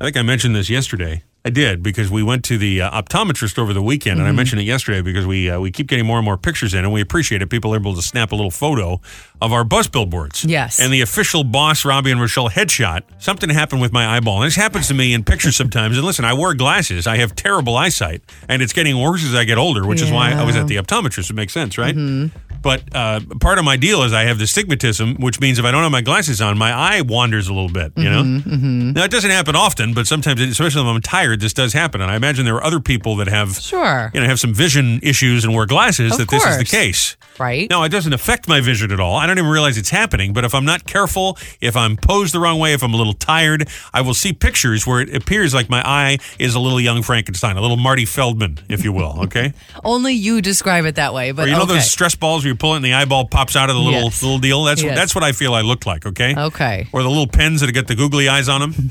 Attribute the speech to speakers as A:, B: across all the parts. A: I think I mentioned this yesterday. I did because we went to the uh, optometrist over the weekend, and I mentioned it yesterday because we uh, we keep getting more and more pictures in, and we appreciate it. People are able to snap a little photo of our bus billboards.
B: Yes.
A: And the official boss Robbie and Rochelle headshot. Something happened with my eyeball, and this happens to me in pictures sometimes. And listen, I wear glasses. I have terrible eyesight, and it's getting worse as I get older, which is why I was at the optometrist. It makes sense, right? But uh, part of my deal is I have the stigmatism, which means if I don't have my glasses on, my eye wanders a little bit. You know,
B: Mm-hmm,
A: now it doesn't happen often, but sometimes, it- especially if I'm tired, this does happen. And I imagine there are other people that have,
B: Sure.
A: you know, have some vision issues and wear glasses.
B: Of
A: that this is the
B: course.
A: case,
B: Right?
A: Now it doesn't affect my vision at all. I don't even realize it's happening. But if I'm not careful, if I'm posed the wrong way, if I'm a little tired, I will see pictures where it appears like my eye is a little young Frankenstein, a little Marty Feldman, if you will. Okay.
B: Only you describe it that way, but
A: Or you know
B: okay.
A: those stress balls where you pull it and the eyeball pops out of the little
B: Yes.
A: little deal? That's
B: Yes.
A: that's what I feel I look like, okay?
B: Okay.
A: Or the little pens that get the googly eyes on them.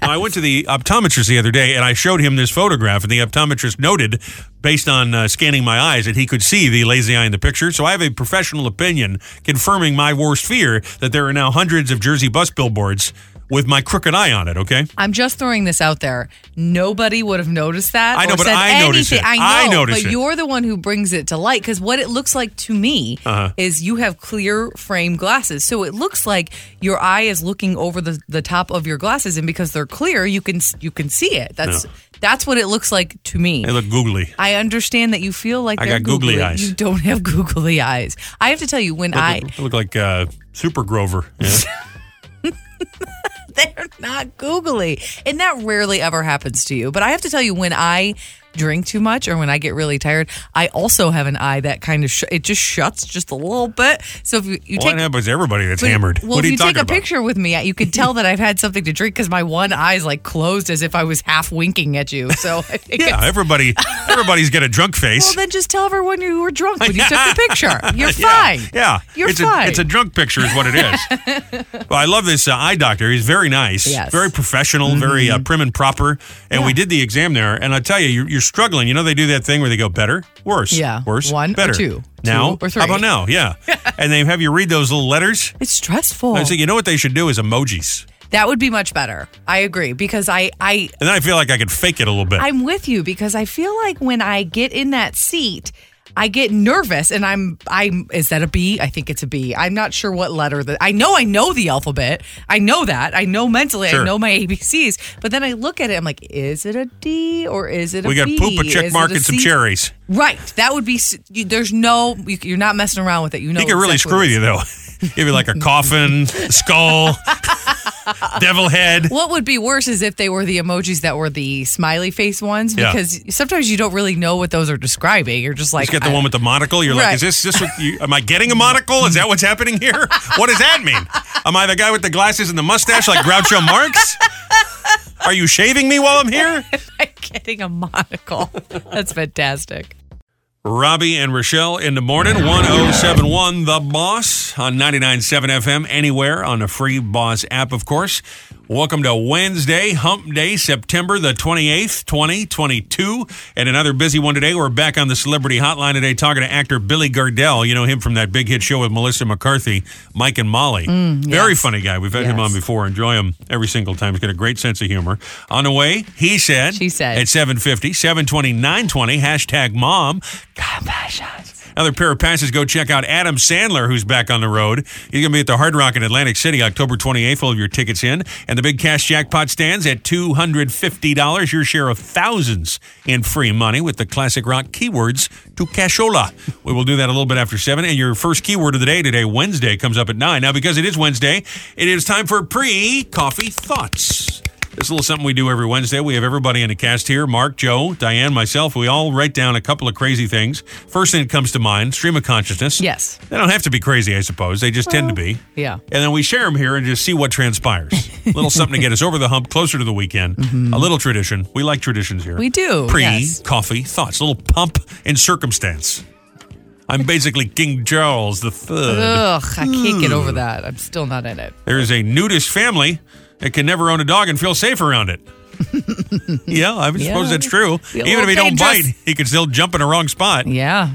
A: Now, I went to the optometrist the other day and I showed him this photograph, and the optometrist noted, based on uh, scanning my eyes, that he could see the lazy eye in the picture. So I have a professional opinion confirming my worst fear that there are now hundreds of Jersey bus billboards with my crooked eye on it, okay?
B: I'm just throwing this out there. Nobody would have noticed that.
A: I know,
B: or
A: but
B: said
A: I notice
B: anything.
A: it. I
B: I know,
A: notice
B: but
A: it.
B: you're the one who brings it to light because what it looks like to me
A: Uh-huh.
B: is you have clear frame glasses, so it looks like your eye is looking over the, the top of your glasses, and because they're clear, you can you can see it. That's that's what it looks like to me.
A: They look googly.
B: I understand that you feel like
A: I
B: they're
A: got googly eyes.
B: You don't have googly eyes. I have to tell you, when I
A: They look like uh, Super Grover. Yeah.
B: they're not googly. And that rarely ever happens to you. But I have to tell you, when I drink too much or when I get really tired, I also have an eye that kind of sh- it just shuts just a little bit. So if you, you
A: Well,
B: take
A: that happens to everybody that's
B: but-
A: hammered.
B: Well,
A: what
B: if
A: are you,
B: you,
A: talking
B: take a
A: about?
B: picture with me, you could tell that I've had something to drink because my one eye's like closed as if I was half winking at you. So I think
A: Yeah, everybody, everybody's got a drunk face.
B: Well, then just tell everyone you were drunk when you took the picture. You're fine.
A: Yeah,
B: You're
A: it's
B: fine.
A: A, it's a drunk picture, is what it is. well, I love this uh, eye doctor. He's very nice,
B: Yes. Mm-hmm.
A: very professional, very uh, prim and proper. And we did the exam there, and I tell you, you're, you're struggling. You know, they do that thing where they go better, worse,
B: Yeah,
A: worse,
B: one or
A: better,
B: two,
A: now
B: two or
A: How about
B: three.
A: now? Yeah, and they have you read those little letters.
B: It's stressful.
A: I say, you know what they should do is emojis,
B: that would be much better. I agree because I, I
A: and then I feel like I could fake it a little bit.
B: I'm with you because I feel like when I get in that seat, I get nervous and I'm I'm is that a B? I think it's a B. I'm not sure what letter that I know I know the alphabet. I know that. I know mentally,
A: Sure.
B: I know my ABCs. But then I look at it, I'm like, is it a D or is it a
A: we got
B: B?
A: poop, a
B: Is
A: check
B: it
A: mark, and some
B: C?
A: cherries.
B: Right. That would be s- you, there's no you, you're not messing around with it. You know
A: He could really
B: exactly
A: screw
B: what
A: with
B: it
A: you
B: is.
A: though. Give you like a coffin, skull, devil head.
B: What would be worse is if they were the emojis that were the smiley face ones
A: Yeah.
B: because sometimes you don't really know what those are describing. You're just like
A: Just get the
B: I-
A: one with the monocle. You're like,
B: Right.
A: is this this? What you, am I getting a monocle? Is that what's happening here? What does that mean? Am I the guy with the glasses and the mustache like Groucho Marx? Are you shaving me while I'm here?
B: I'm getting a monocle. That's fantastic.
A: Robbie and Rochelle in the morning, 1071 The Boss on 997 FM, anywhere on the free Boss app, of course. Welcome to Wednesday, Hump Day, September the 28th, 2022. And another busy one today. We're back on the celebrity hotline today talking to actor Billy Gardell. You know him from that big hit show with Melissa McCarthy, Mike and Molly. Very funny guy. We've had him
B: Mm, Yes.
A: on before. Enjoy him every single time. He's got a great sense of humor. On the way, he said,
B: She said.
A: at 750, 720, 920, hashtag mom. Another pair of passes. Go check out Adam Sandler, who's back on the road. He's going to be at the Hard Rock in Atlantic City October 28th. All of your tickets in. And the big cash jackpot stands at $250. Your share of thousands in free money with the classic rock keywords to cashola. We will do that a little bit after 7. And your first keyword of the day today, Wednesday, comes up at 9. Now, because it is Wednesday, it is time for pre coffee thoughts. It's a little something we do every Wednesday. We have everybody in the cast here Mark, Joe, Diane, myself. We all write down a couple of crazy things. First thing that comes to mind stream of consciousness.
B: Yes.
A: They don't have to be crazy, I suppose. They just tend to be.
B: yeah.
A: And then we share them here and just see what transpires. a little something to get us over the hump, closer to the weekend. A little tradition. We like traditions here.
B: Mm-hmm. We do,
A: Pre
B: yes.
A: coffee thoughts, a little pump and circumstance. I'm basically King Charles the Third.
B: Ugh, I can't get
A: Hmm.
B: over that. I'm still not in it.
A: There is a nudist family that can never own a dog and feel safe around it. yeah, I would
B: Yeah.
A: suppose that's true.
B: Be a
A: Even if
B: little
A: he don't bite,
B: dangerous.
A: he could still jump in the wrong spot.
B: Yeah.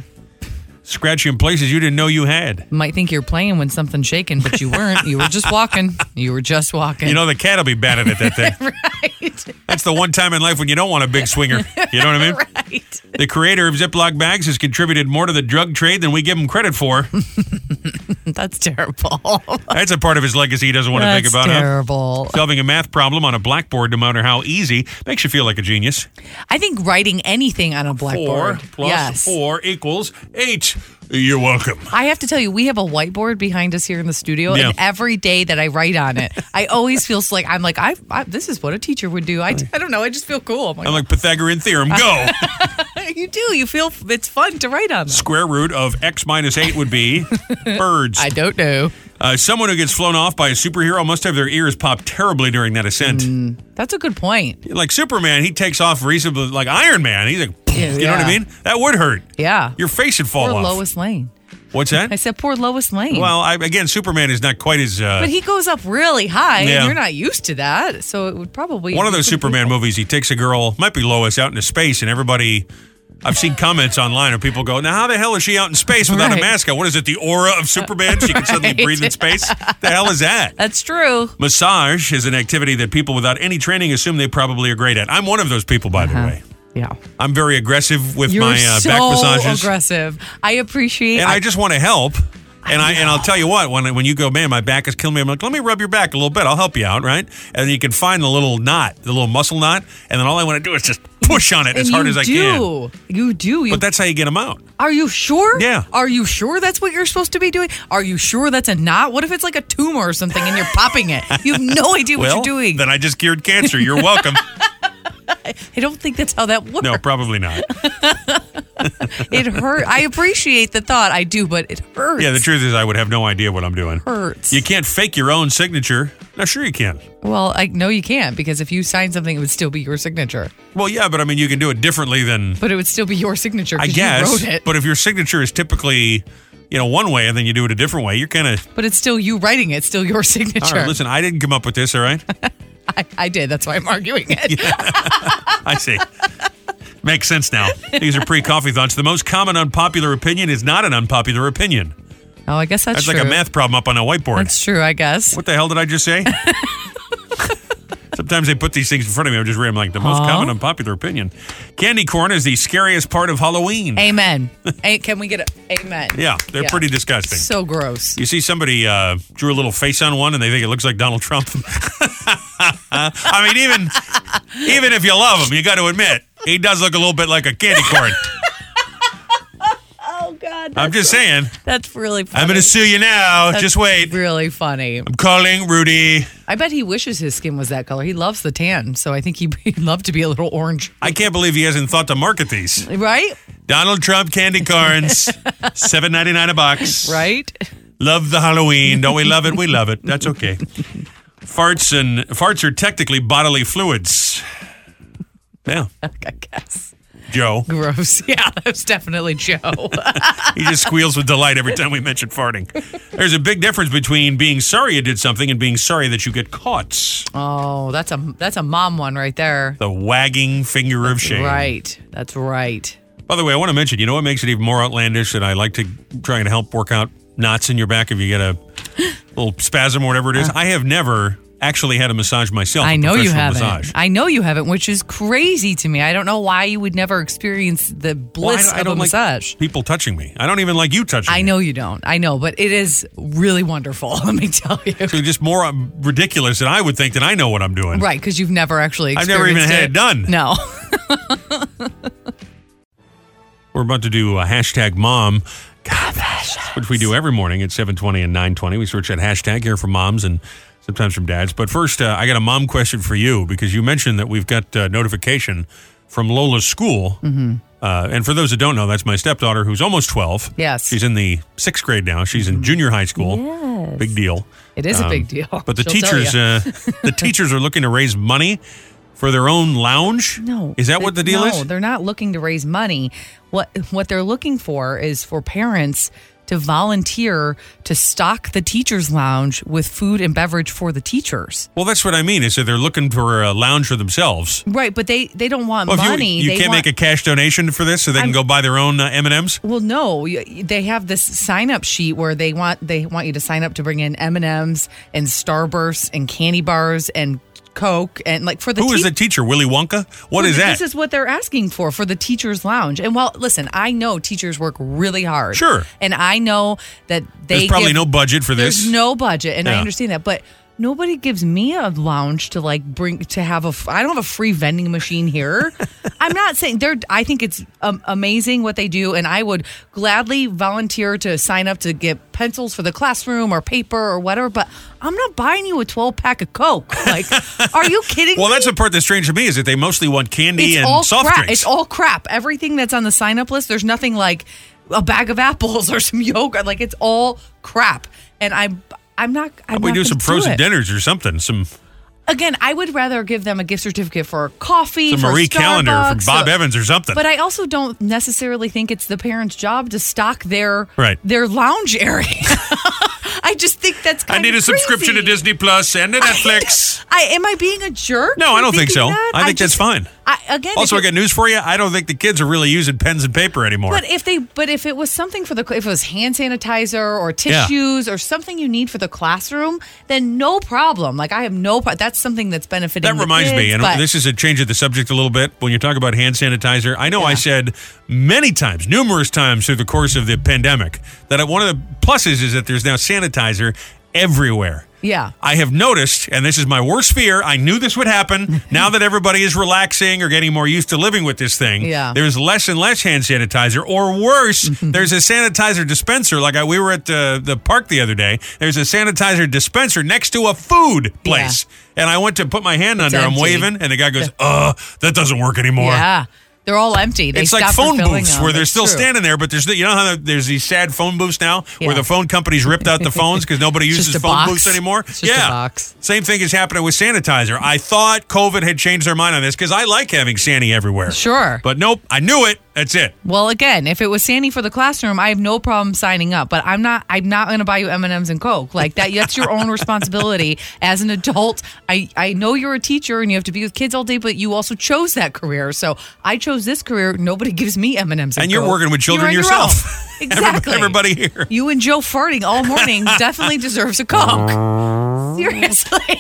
A: scratchy in places you didn't know you had.
B: Might think you're playing when something's shaking, but you weren't. You were just walking. You were just walking.
A: You know, the cat will be batted at that thing.
B: right.
A: That's the one time in life when you don't want a big swinger. You know what I mean?
B: right.
A: The creator of Ziploc bags has contributed more to the drug trade than we give him credit for.
B: That's terrible.
A: That's a part of his legacy he doesn't want to
B: That's
A: think about. huh?
B: terrible.
A: Solving a math problem on a blackboard, no matter how easy, makes you feel like a genius.
B: I think writing anything on a blackboard.
A: Four plus
B: yes.
A: four equals eight. You're welcome.
B: I have to tell you, we have a whiteboard behind us here in the studio,
A: Yeah.
B: and every day that I write on it, I always feel like I'm like I, I. This is what a teacher would do. I, I don't know. I just feel cool. I'm like,
A: I'm like Pythagorean theorem. Go.
B: you do. You feel it's fun to write on. Them.
A: Square root of x minus eight would be birds.
B: I don't know.
A: Uh, someone who gets flown off by a superhero must have their ears popped terribly during that ascent.
B: Mm. That's a good point.
A: Like Superman, he takes off reasonably. Like Iron Man, he's like,
B: Yeah,
A: you know what I
B: yeah.
A: mean? That would hurt.
B: Yeah.
A: Your face would fall
B: poor
A: off.
B: Lois Lane.
A: What's that?
B: I said poor Lois Lane.
A: Well, I, again, Superman is not quite as. Uh,
B: but he goes up really high,
A: Yeah.
B: and you're not used to that, so it would probably
A: one of those Superman movies, he takes a girl, might be Lois, out into space, and everybody. I've seen comments online of people go, now how the hell is she out in space without a
B: Right.
A: mask on? What is it, the aura of Superman? She can suddenly
B: Right.
A: breathe in space? the hell is that?
B: That's true.
A: Massage is an activity that people without any training assume they probably are great at. I'm one of those people, by the way.
B: Yeah.
A: I'm very aggressive with
B: Uh-huh. You're
A: my uh,
B: so
A: back massages.
B: aggressive. I appreciate.
A: and I, just want to help. And I and I'll tell you what, when when you go, man, my back is killing me. I'm like, let me rub your back a little bit. I'll help you out, right? And you can find the little knot, the little muscle knot, and then all I want to do is just push on it as
B: And
A: hard
B: you
A: as I can.
B: do. You do. You,
A: But that's how you get them out.
B: are you sure?
A: Yeah.
B: Are you sure that's what you're supposed to be doing? Are you sure that's a knot? What if it's like a tumor or something and you're popping it? You have no idea
A: well,
B: what you're doing.
A: then I just cured cancer. You're welcome.
B: I don't think that's how that works.
A: no, probably not.
B: It hurt. I appreciate the thought. I do, but it hurts.
A: Yeah, the truth is, I would have no idea what I'm doing.
B: hurts.
A: You can't fake your own signature. Now, sure you can.
B: well, I no, you can't because if you sign something, it would still be your signature.
A: Well, yeah, but I mean, you can do it differently than
B: But it would still be your signature.
A: I
B: 'cause
A: guess.
B: You wrote it.
A: But if your signature is typically, you know, one way, and then you do it a different way, you're kind of
B: But it's still you writing it. It's still your
A: All
B: signature.
A: right, listen, I didn't come up with this, all right?
B: I, I did. That's why I'm arguing it.
A: I see. Makes sense now. These are pre coffee thoughts. The most common unpopular opinion is not an unpopular opinion.
B: Oh, I guess that's,
A: That's
B: true.
A: like a math problem up on a whiteboard.
B: That's true. I guess.
A: what the hell did I just say? Sometimes they put these things in front of me. I'm just reading like the most
B: Huh?
A: common unpopular opinion. Candy corn is the scariest part of Halloween.
B: Amen. hey, can we get a amen?
A: Yeah, they're
B: Yeah.
A: pretty disgusting.
B: So gross.
A: You see somebody uh, drew a little face on one, and they think it looks like Donald Trump. I mean, even even if you love him, you got to admit he does look a little bit like a candy corn.
B: Oh God.
A: I'm just saying.
B: That's really. Funny.
A: I'm going to sue you now. just wait.
B: Really funny.
A: I'm calling Rudy.
B: I bet he wishes his skin was that color. He loves the tan, so I think he, he'd love to be a little orange,
A: I can't believe he hasn't thought to market these.
B: right?
A: Donald Trump candy corns, seven ninety nine a box.
B: Right?
A: Love the Halloween. Don't we love it? We love it. That's okay. Farts and farts are technically bodily fluids. Yeah,
B: I guess.
A: Joe.
B: Gross. Yeah, that's definitely Joe.
A: He just squeals with delight every time we mention farting. There's a big difference between being sorry you did something and being sorry that you get caught.
B: oh, that's a that's a mom one right there.
A: The wagging finger of shame.
B: Right. That's right.
A: By the way, I want to mention, you know what makes it even more outlandish that I like to try and help work out knots in your back if you get a little spasm or whatever it is? I have never actually had a massage myself.
B: I
A: a
B: know you
A: professional
B: haven't.
A: Massage.
B: I know you haven't, which is crazy to me. I don't know why you would never experience the
A: Well, I-
B: bliss
A: I,
B: of
A: don't
B: a
A: like
B: massage.
A: people touching me. I don't even like you touching
B: I
A: me.
B: know you don't. I know, but it is really wonderful. Let me tell you.
A: So just more um, ridiculous than I would think that I know what I'm doing.
B: Right, because you've never actually.
A: I've never even
B: experienced
A: had it done.
B: No.
A: We're about to do a hashtag mom. Which we do every morning at 720 and 920. We search that hashtag here for moms and sometimes from dads. But first, uh, I got a mom question for you because you mentioned that we've got uh, notification from Lola's school. Mm-hmm. Uh, and for those that don't know, that's my stepdaughter who's almost 12.
B: Yes. Mm-hmm.
A: She's in the sixth grade now. She's in junior high school.
B: Yes.
A: Big deal.
B: It is a big deal.
A: Um, But the
B: She'll tell
A: teachers,
B: ya.
A: uh, the teachers are looking to raise money for their own lounge.
B: no.
A: is that what the deal
B: no,
A: is?
B: they're not looking to raise money. What what they're looking for is for parents to volunteer to stock the teachers' lounge with food and beverage for the teachers.
A: Well, that's what I mean. Is that they're looking for a lounge for themselves.
B: Right, but they they don't want
A: Well, if you-
B: money.
A: you,
B: they
A: can't
B: want,
A: make a cash donation for this, so they can
B: I'm-
A: go buy their own uh, M and M's.
B: Well, no, you- they have this sign up sheet where they want they want you to sign up to bring in M and M's and Starbursts and candy bars and Coke and like for the
A: Who is
B: tea-
A: the teacher? Willy Wonka? What
B: Well,
A: is that?
B: This is what they're asking for for the teachers' lounge. And while listen, I know teachers work really hard.
A: Sure.
B: And I know that they
A: There's probably
B: give-
A: no budget for this.
B: There's no budget, and I
A: Yeah.
B: understand that, but. Nobody gives me a lounge to like bring to have a. f- I don't have a free vending machine here. I'm not saying they're. I think it's um, amazing what they do, and I would gladly volunteer to sign up to get pencils for the classroom or paper or whatever. But I'm not buying you a 12 pack of Coke. Like, are you kidding?
A: well,
B: me?
A: that's the part that's strange to me is that they mostly want candy and soft
B: crap.
A: drinks.
B: It's all crap. Everything that's on the sign up list, there's nothing like a bag of apples or some yogurt. Like it's all crap. And I'm I'm not I'm
A: we
B: not
A: do
B: gonna
A: some frozen
B: it.
A: dinners or something. Some
B: Again, I would rather give them a gift certificate for coffee,
A: some
B: for
A: Marie Calendar from
B: Starbucks,
A: Bob
B: so-
A: Evans or something.
B: But I also don't necessarily think it's the parents' job to stock their
A: Right.
B: their lounge area. I just think that's
A: I
B: kind
A: need a subscription to Disney Plus and to Netflix.
B: I am I being a jerk?
A: No,
B: for
A: I don't think
B: thinking
A: so.
B: that?
A: I think that's
B: just-
A: fine.
B: I, again, if
A: Also, I
B: it-
A: got news for you. I don't think the kids are really using pens and paper anymore.
B: But if they, but if it was something for the, if it was hand sanitizer or tissues or something you need for the classroom, then no problem. Like I have no, pro- that's something that's benefiting.
A: that
B: the
A: reminds me,
B: kids,
A: and
B: but-
A: this is a change of the subject a little bit. When you talk about hand sanitizer, I know I
B: Yeah.
A: said many times, numerous times through the course of the pandemic, that one of the pluses is that there's now sanitizer everywhere.
B: Yeah.
A: I have noticed, and this is my worst fear. I knew this would happen. now that everybody is relaxing or getting more used to living with this thing,
B: Yeah.
A: there's less and less hand sanitizer. Or worse,
B: Mm-hmm.
A: there's a sanitizer dispenser. Like I, we were at the, the park the other day. There's a sanitizer dispenser next to a food place, and I went to put my hand under. I'm
B: empty.
A: waving, and the guy goes, "Uh, that doesn't work anymore."
B: yeah, they're all empty. They
A: It's like
B: stopped
A: phone
B: refilling
A: booths
B: them.
A: where they're
B: It's
A: still
B: true.
A: standing there, but there's you know how there- there's these sad phone booths now where
B: Yeah.
A: the phone companies ripped out the phones because nobody
B: It's
A: uses
B: just a
A: phone
B: box.
A: booths anymore.
B: It's just a
A: yeah,
B: box.
A: same thing is happening with sanitizer. I thought COVID had changed their mind on this because I like having Sandy everywhere.
B: Sure.
A: but nope, I knew it. That's it.
B: Well, again, if it was Sandy for the classroom, I have no problem signing up. But I'm not. I'm not going to buy you M and M's and Coke like that. That's your own responsibility as an adult. I I know you're a teacher and you have to be with kids all day, but you also chose that career. So I chose this career. Nobody gives me M and M's,
A: And you're
B: Coke.
A: working with children
B: You're on your
A: yourself.
B: own.
A: Everybody-
B: Exactly.
A: everybody here.
B: You and Joe farting all morning definitely deserves a Coke. Seriously.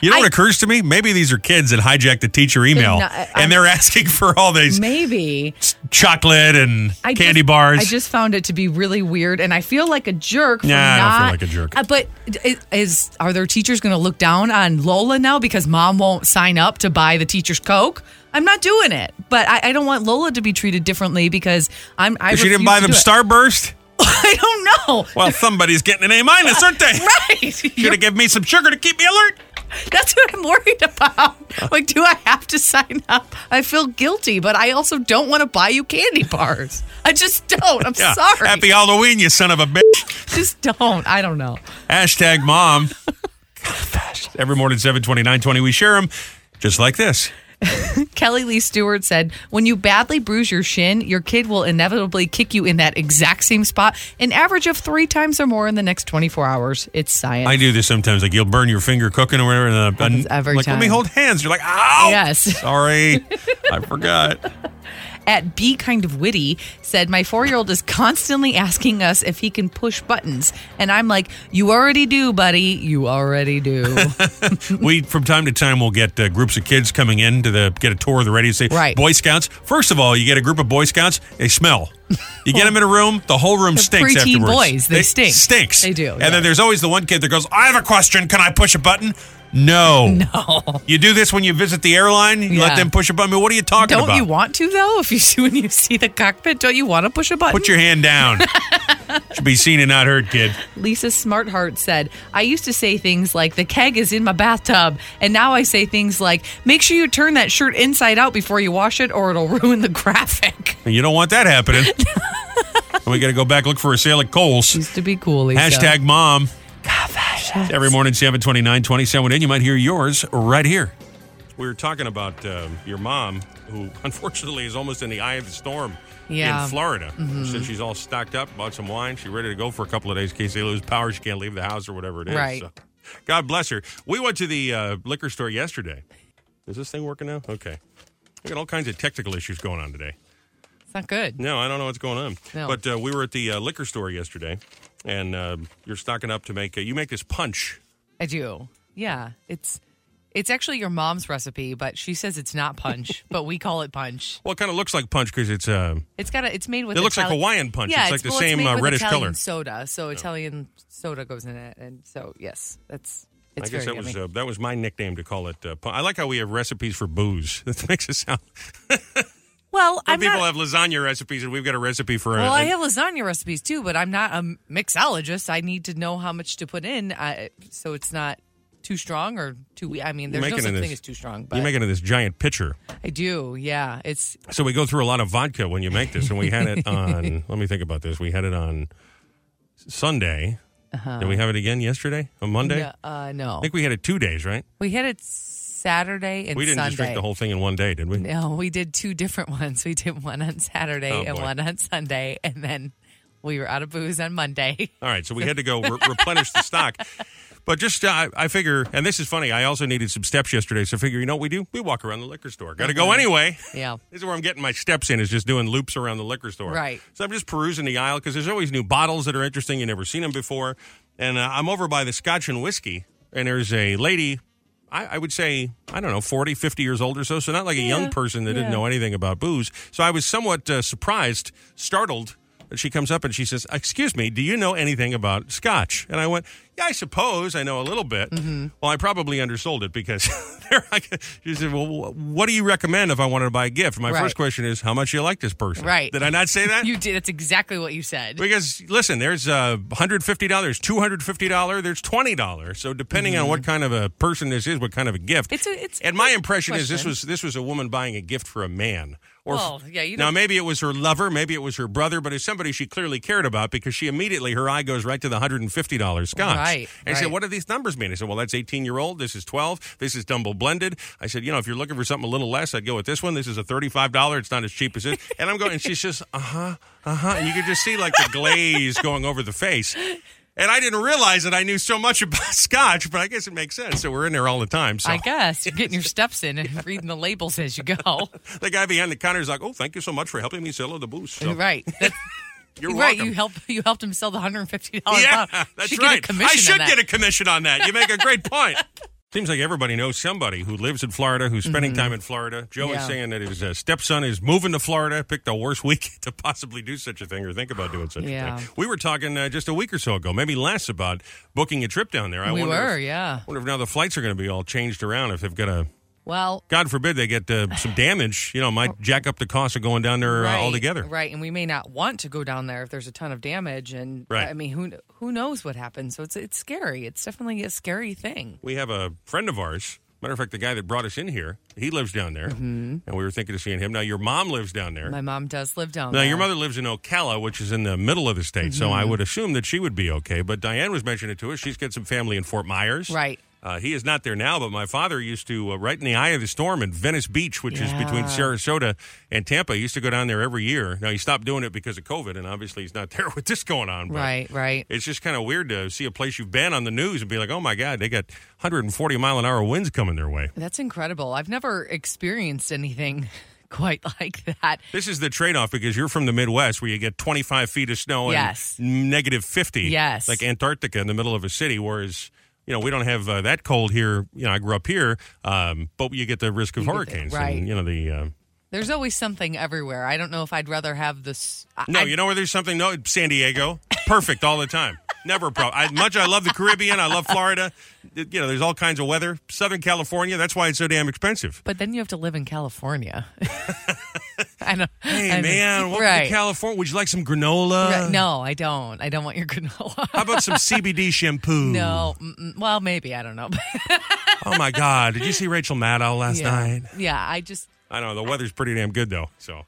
A: You know
B: I-
A: what occurs to me? Maybe these are kids that hijacked the teacher email
B: not- I-
A: and they're asking for all these
B: Maybe.
A: chocolate and
B: I
A: candy
B: just-
A: bars.
B: I just found it to be really weird, and I feel like a jerk. For
A: Nah, I
B: not,
A: don't feel like a jerk.
B: Uh, but i- is are their teachers going to look down on Lola now because mom won't sign up to buy the teacher's coke? I'm not doing it, but I, I don't want Lola to be treated differently because I'm. I
A: she didn't
B: refuse
A: buy
B: to
A: them
B: do it.
A: Starburst.
B: I don't know.
A: Well, somebody's getting an A minus, aren't they?
B: Right.
A: Should have given me some sugar to keep me alert.
B: That's what I'm worried about. Like, do I have to sign up? I feel guilty, but I also don't want to buy you candy bars. I just don't. I'm
A: Yeah.
B: sorry.
A: Happy Halloween, you son of a bitch.
B: just don't. I don't know.
A: Hashtag mom. Every morning, 729 20, we share them just like this.
B: Kelly Lee Stewart said, When you badly bruise your shin, your kid will inevitably kick you in that exact same spot an average of three times or more in the next 24 hours. It's science.
A: I do this sometimes. Like, you'll burn your finger cooking or whatever. And, uh,
B: Happens
A: I'm
B: every
A: like, let me
B: time.
A: hold hands. You're like, ow.
B: Yes.
A: Sorry. I forgot.
B: At Be Kind of Witty said, My four year old is constantly asking us if he can push buttons. And I'm like, You already do, buddy. You already do.
A: we from time to time will get uh, groups of kids coming in to the get a tour of the radio station.
B: Right.
A: Boy Scouts. First of all, you get a group of Boy Scouts. They smell. You get them in a room, the whole room stinks
B: preteen
A: afterwards.
B: boys, they stink.
A: Stinks.
B: They do,
A: And
B: yeah.
A: then there's always the one kid that goes, "I have a question. Can I push a button?" No. No. You do this when you visit the airline. You let
B: Yeah.
A: them push a button. I mean, what are you talking
B: don't
A: about?
B: you want to, though? If you see when you see the cockpit, don't you want to push a button?
A: Put your hand down. Should be seen and not heard, kid.
B: Lisa Smartheart said, I used to say things like, the keg is in my bathtub. And now I say things like, make sure you turn that shirt inside out before you wash it or it'll ruin the graphic.
A: You don't want that happening. we got to go back look for a sale at Kohl's.
B: Used to be cool, Lisa.
A: Hashtag mom. Every morning, 729, 27 in. You might hear yours right here. we were talking about um, your mom, who unfortunately is almost in the eye of the storm
B: Yeah. Mm-hmm.
A: in Florida. Since she's all stocked up, bought some wine, she's ready to go for a couple of days in case they lose power. She can't leave the house or whatever it is.
B: Right.
A: So, God bless her. We went to the uh, liquor store yesterday. Is this thing working now? Okay. We got all kinds of technical issues going on today.
B: It's not good.
A: No, I don't know what's going on.
B: No.
A: But uh, we were at the uh, liquor store yesterday, and uh, you're stocking up to make uh, you make this punch.
B: I do. Yeah. It's it's actually your mom's recipe, but she says it's not punch, but we call it punch.
A: Well, it kind of looks like punch because it's uh,
B: It's got a, it's made with
A: It looks like
B: Italian-
A: Hawaiian punch.
B: Yeah,
A: It's like the
B: well,
A: same,
B: made
A: uh,
B: with
A: reddish
B: Italian
A: color. Oh.
B: soda. So Italian soda goes in it and so yes, that's it's
A: I guess that
B: very
A: was
B: yummy.
A: uh, that was my nickname to call it. Uh, punch. I like how we have recipes for booze. That makes it sound.
B: well, I'm
A: people have
B: not
A: lasagna recipes, and we've got a recipe for.
B: Well,
A: a,
B: I have lasagna recipes too, but I'm not a mixologist. I need to know how much to put in, I, so it's not too strong or too. wee- I mean, there's no
A: making
B: such
A: this-
B: thing as too strong, but
A: You're making it this giant pitcher,
B: I do. Yeah, it's
A: so we go through a lot of vodka when you make this, and we had it on. let me think about this. We had it on Sunday. Did we have it again yesterday? On Monday?
B: Uh-huh. no, uh, no.
A: I think we had it two days, right?
B: We had it Saturday and
A: We didn't
B: Sunday.
A: just drink the whole thing in one day, did we?
B: no, we did two different ones. We did one on Saturday
A: Oh,
B: and
A: boy.
B: one on Sunday, and then we were out of booze on Monday.
A: All right, so we had to go re- replenish the stock. But just, uh, I- I figure, and this is funny, I also needed some steps yesterday. So I figure, you know what we do? We walk around the liquor store. Got to go anyway.
B: Yeah.
A: This is where I'm getting my steps in, is just doing loops around the liquor store.
B: Right.
A: So I'm just perusing the aisle because there's always new bottles that are interesting. you never seen them before. And uh, I'm over by the scotch and whiskey, and there's a lady, I, I would say, I don't know, 40, 50 years old or so. So not like a young person that didn't know anything about booze. So I was somewhat uh, surprised, startled. that She comes up and she says, Excuse me, do you know anything about scotch? And I went, Yeah, I suppose I know a little bit.
B: Mm-hmm.
A: Well, I probably undersold it because there I, she said, Well, wh- what do you recommend if I wanted to buy a gift? My
B: Right.
A: first question is, How much do you like this person?
B: Right.
A: Did I not say that?
B: You did. That's exactly what you said.
A: Because listen, there's uh, $150, $250, there's $20. So depending on what kind of a person this is, what kind of a gift.
B: It's a- it's-
A: and my
B: it's a
A: impression is this
B: question.
A: was this was a woman buying a gift for a man. Or
B: Well, yeah, you
A: now
B: don't-
A: maybe it was her lover, maybe it was her brother, but it's somebody she clearly cared about because she immediately her eye goes right to the $150 scotch.
B: Right,
A: And I said,
B: right.
A: "What do these numbers mean?" I said, "Well, that's 18 year old, this is 12, this is double blended." I said, "You know, if you're looking for something a little less, I'd go with this one. This is a $35, it's not as cheap as this." And I'm going and she's just, "Uh-huh." Uh-huh. And you could just see like the glaze going over the face. And I didn't realize that I knew so much about scotch, but I guess it makes sense. So we're in there all the time. So
B: I guess you're getting your steps in and reading the labels as you go.
A: the guy behind the counter is like, "Oh, thank you so much for helping me sell the booze." So
B: Right. That's-
A: You're
B: right,
A: welcome.
B: you helped you helped him sell the hundred and fifty dollars.
A: yeah,
B: bottle.
A: that's
B: should
A: right.
B: Get a commission
A: I
B: on
A: should
B: that.
A: get a commission on that. You make a great point. Seems like everybody knows somebody who lives in Florida, who's spending time in Florida. Joe is
B: Mm-hmm. Yeah.
A: saying that his uh, stepson is moving to Florida, picked the worst week to possibly do such a thing or think about doing such a
B: Yeah.
A: thing. We were talking uh, just a week or so ago, maybe less, about booking a trip down there. I
B: We
A: wonder
B: were,
A: if,
B: yeah.
A: wonder if now the flights are going to be all changed around if they've got a.
B: Well,
A: God forbid they get uh, some damage, you know, might jack up the cost of going down there
B: right,
A: uh, altogether.
B: Right, and we may not want to go down there if there's a ton of damage. And
A: Right.
B: I mean, who kn- who knows what happens? So it's it's scary. It's definitely a scary thing.
A: we have a friend of ours. Matter of fact, the guy that brought us in here, he lives down there, and we were thinking of seeing him. Now your mom lives down there.
B: Mm-hmm. My mom does live down
A: now
B: there.
A: your mother lives in Ocala, which is in the middle of the state, so
B: Mm-hmm.
A: I would assume that she would be okay. But Diane was mentioning it to us. She's got some family in Fort Myers,
B: Right.
A: Uh, he is not there now, but my father used to, uh, right in the eye of the storm in Venice Beach, which is between
B: Yeah.
A: Sarasota and Tampa, he used to go down there every year. Now he stopped doing it because of COVID, and obviously he's not there with this going on. But
B: Right, right.
A: it's just kind of weird to see a place you've been on the news and be like, oh my God, they got 140 mile an hour winds coming their way.
B: That's incredible. I've never experienced anything quite like that.
A: This is the trade off because you're from the Midwest where you get 25 feet of snow
B: Yes.
A: and negative 50.
B: Yes.
A: Like Antarctica in the middle of a city, whereas. You know, we don't have uh, that cold here. You know, I grew up here, um, but you get the risk of
B: get the-
A: hurricanes.
B: right.
A: And, you know, the. Uh,
B: There's always something everywhere. I don't know if I'd rather have this. I-
A: no,
B: I-
A: you know where there's something? No, San Diego. Perfect all the time. Never a problem. I, much I love the Caribbean, I love Florida. You know, there's all kinds of weather. Southern California, that's why it's so damn expensive.
B: But then you have to live in California. I know.
A: Hey
B: I mean,
A: man, welcome
B: right.
A: to California. Would you like some granola?
B: Right. No, I don't. I don't want your granola.
A: How about some CBD shampoo?
B: No,
A: Hmm.
B: mm-mm. well, maybe I don't know.
A: Oh my God! Did you see Rachel Maddow last
B: yeah.
A: night?
B: yeah, I just
A: I know the weather's pretty damn good though. So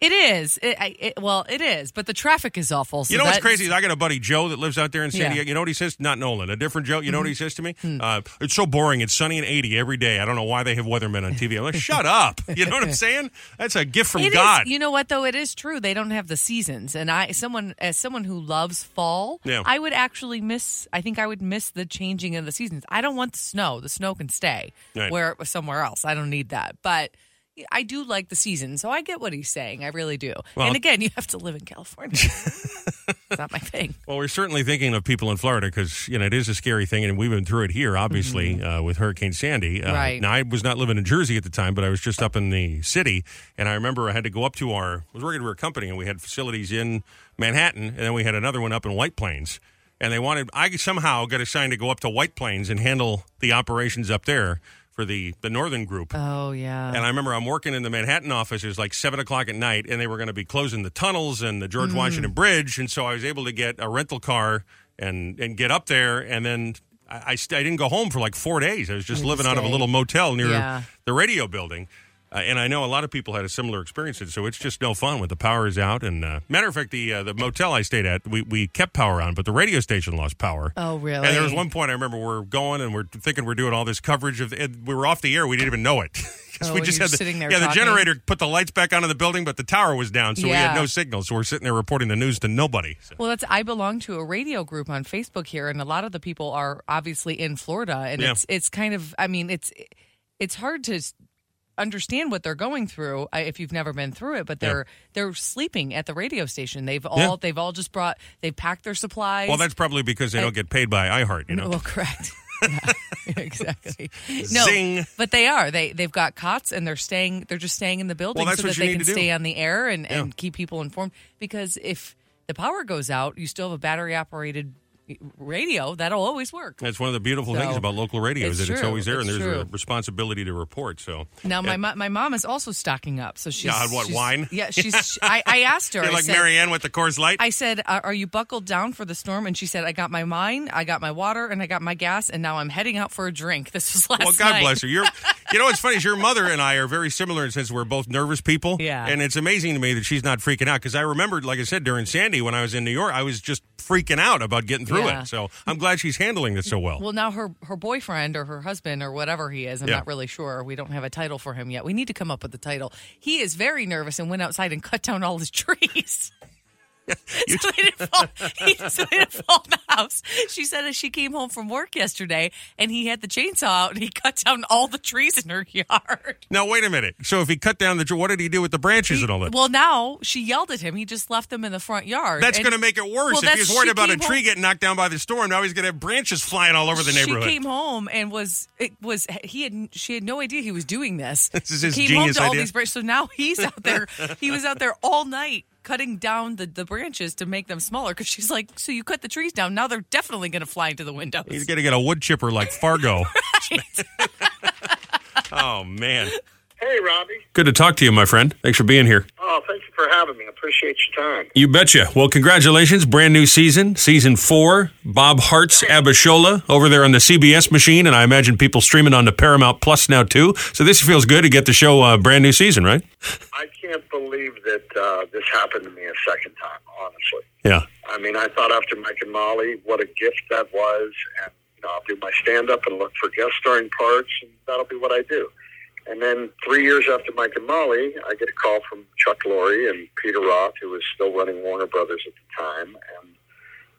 B: It is. It, I, it, well, it is, but the traffic is awful. So
A: you know what's
B: that's-
A: crazy? is I got a buddy Joe that lives out there in San
B: Yeah. Mm-hmm. Hmm.
A: Diego. You know what he says? Not Nolan, a different Joe. You know what he says to me? Uh, it's so boring. It's sunny and eighty every day. I don't know why they have weathermen on TV. I'm like, shut up. You know what I'm saying? That's a gift from
B: It is-
A: God.
B: you know what though? It is true. They don't have the seasons, and I, someone as someone who loves fall,
A: Yeah.
B: I would actually miss. I think I would miss the changing of the seasons. I don't want the snow. The snow can stay
A: Right.
B: where somewhere else. I don't need that, but. I do like the season, so I get what he's saying. I really do. and again, you have to live in California. it's not my thing.
A: Well, we're certainly thinking of people in Florida because you know it is a scary thing, and we've been through it here, obviously, uh, with Hurricane Sandy. Uh,
B: Right.
A: Now, I was not living in Jersey at the time, but I was just up in the city, and I remember I had to go up to our. I was working for a company, and we had facilities in Manhattan, and then we had another one up in White Plains, and they wanted. I somehow got assigned to go up to White Plains and handle the operations up there for the the Northern Group.
B: Oh yeah.
A: And I remember I'm working in the Manhattan office. It was like seven o'clock at night, and they were going to be closing the tunnels and the George
B: Mm.
A: Washington Bridge. And so I was able to get a rental car and and get up there. And then I I, st- I didn't go home for like four days. I was just living out of a
B: stay.
A: little motel near
B: Yeah.
A: the radio building. Uh, and I know a lot of people had a similar experience, and so it's just no fun when the power is out. And uh, matter of fact, the uh, the motel I stayed at, we, we kept power on, but the radio station lost power.
B: Oh, really?
A: And there was one point I remember we're going and we're thinking we're doing all this coverage of, the, and we were off the air. We didn't even know it 'Cause
B: Oh,
A: we
B: and
A: just
B: you're
A: had the,
B: sitting there
A: yeah, the
B: talking.
A: generator put the lights back on in the building, but the tower was down, so we had
B: Yeah.
A: no signal. So we're sitting there reporting the news to nobody. So-
B: Well, that's I belong to a radio group on Facebook here, and a lot of the people are obviously in Florida, and
A: Yeah.
B: it's it's kind of I mean it's it's hard to s- understand what they're going through uh, if you've never been through it. But they're they're sleeping at the radio station. They've all
A: Yeah.
B: they've all just brought they've packed their supplies.
A: well, that's probably because they don't get paid by iHeart, you know.
B: Well, correct. Yeah, exactly. No,
A: Zing.
B: but they are. They they've got cots and they're staying. They're just staying in the building
A: Well, that's
B: so
A: what
B: that
A: you
B: they
A: need
B: can
A: to do.
B: stay on the air and, and keep people informed. Because if the power goes out, you still have a battery operated radio that'll always work.
A: That's one of the beautiful things
B: So,
A: about local radio is
B: it's
A: that it's
B: true.
A: always there, and
B: It's
A: there's a
B: true.
A: responsibility to report. So
B: Now my mo- my mom is also stocking up, so she's
A: God, what,
B: she's-
A: wine?
B: Yeah, she's. she- I, I asked her.
A: You're
B: I
A: like
B: said-
A: Marianne with the Coors Light.
B: I said, "Are are you buckled down for the storm?" And she said, "I got my wine, I got my water, and I got my gas, and now I'm heading out for a drink." This was last
A: Well, God
B: night.
A: bless her. You're, you know what's funny is your mother and I are very similar in the sense we're both nervous people.
B: Yeah.
A: And it's amazing to me that she's not freaking out because I remembered, like I said, during Sandy when I was in New York, I was just freaking out about getting through
B: Yeah.
A: it. So I'm glad she's handling this so well.
B: Well, now her her boyfriend or her husband or whatever he is, I'm
A: Yeah.
B: not really sure. We don't have a title for him yet. We need to come up with a title. He is very nervous and went outside and cut down all his trees. so they didn't fall. He, so they didn't fall in the house. She said as she came home from work yesterday, and he had the chainsaw out and he cut down all the trees in her yard.
A: now, wait a minute. So if he cut down the tree, what did he do with the branches and all that?
B: Well, now she yelled at him. He just left them in the front yard.
A: that's
B: And-
A: going to make it worse.
B: Well,
A: if
B: that's-
A: he was worried
B: she
A: about a
B: came
A: tree
B: home-
A: getting knocked down by the storm, now he's going to have branches flying all over the neighborhood.
B: She came home and was it was he had she had no idea he was doing this. This
A: is
B: he
A: his
B: came
A: genius
B: home to
A: idea.
B: all these branches. So now he's out there. he was out there all night cutting down the, the branches to make them smaller because she's like, so you cut the trees down. Now they're definitely going to fly into the windows.
A: He's going to get a wood chipper like Fargo. oh, man.
C: Hey, Robbie.
A: Good to talk to you, my friend. Thanks for being here.
C: Oh, thank you for having me. Appreciate your time.
A: You betcha. Well, congratulations. Brand new season, season four. Bob Hart's Abishola over there on the CBS machine. And I imagine people streaming on the Paramount Plus now, too. So this feels good to get the show uh, brand new season, right?
C: I can't believe that uh, this happened to me a second time, honestly.
A: Yeah.
C: I mean, I thought after Mike and Molly, what a gift that was. And, you know, I'll do my stand up and look for guest starring parts, and that'll be what I do. And then three years after Mike and Molly, I get a call from Chuck Lorre and Peter Roth, who was still running Warner Brothers at the time. And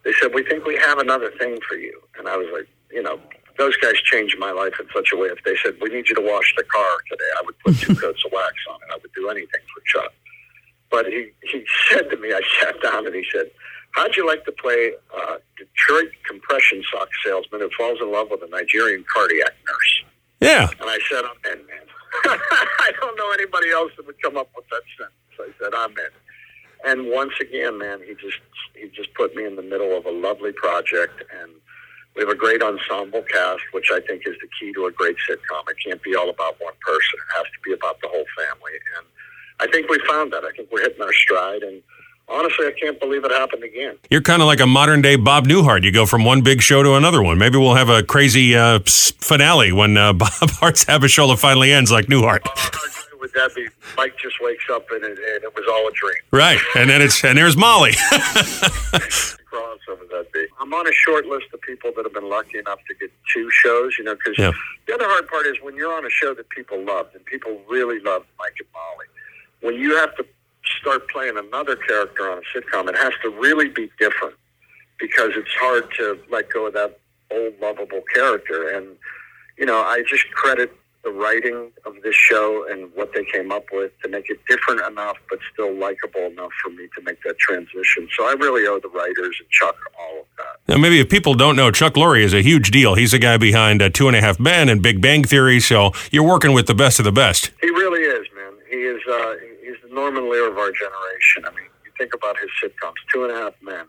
C: they said, We think we have another thing for you. And I was like, You know, those guys changed my life in such a way. If they said, We need you to wash the car today, I would put two coats of wax on it. I would do anything for Chuck. But he, he said to me, I sat down and he said, How'd you like to play a Detroit compression sock salesman who falls in love with a Nigerian cardiac nurse?
A: Yeah.
C: And I said, I'm in, man. I don't know anybody else that would come up with that sentence. I said, I'm in. And once again, man, he just he just put me in the middle of a lovely project, and we have a great ensemble cast, which I think is the key to a great sitcom. It can't be all about one person; it has to be about the whole family. And I think we found that. I think we're hitting our stride. And honestly, I can't believe it happened again.
A: You're kind of like a modern day Bob Newhart. You go from one big show to another one. Maybe we'll have a crazy uh, s- finale when uh, Bob Hart's Abishola finally ends like Newhart.
C: I agree with that'd be Mike just wakes up and it, and it was all a dream.
A: Right. And then it's and there's Molly.
C: crossover that'd be. I'm on a short list of people that have been lucky enough to get two shows, you know, because
A: Yeah.
C: the other hard part is when you're on a show that people loved, and people really loved Mike and Molly, when you have to start playing another character on a sitcom, it has to really be different because it's hard to let go of that old lovable character. And, you know, I just credit the writing of this show and what they came up with to make it different enough but still likable enough for me to make that transition. So I really owe the writers and Chuck all of that.
A: Now, maybe if people don't know, Chuck Lorre is a huge deal. He's the guy behind uh, Two and a Half Men and Big Bang Theory. So you're working with the best of the best.
C: He really is, man. He is. Uh, he's the Norman Lear of our generation. I mean, you think about his sitcoms: Two and a Half Men,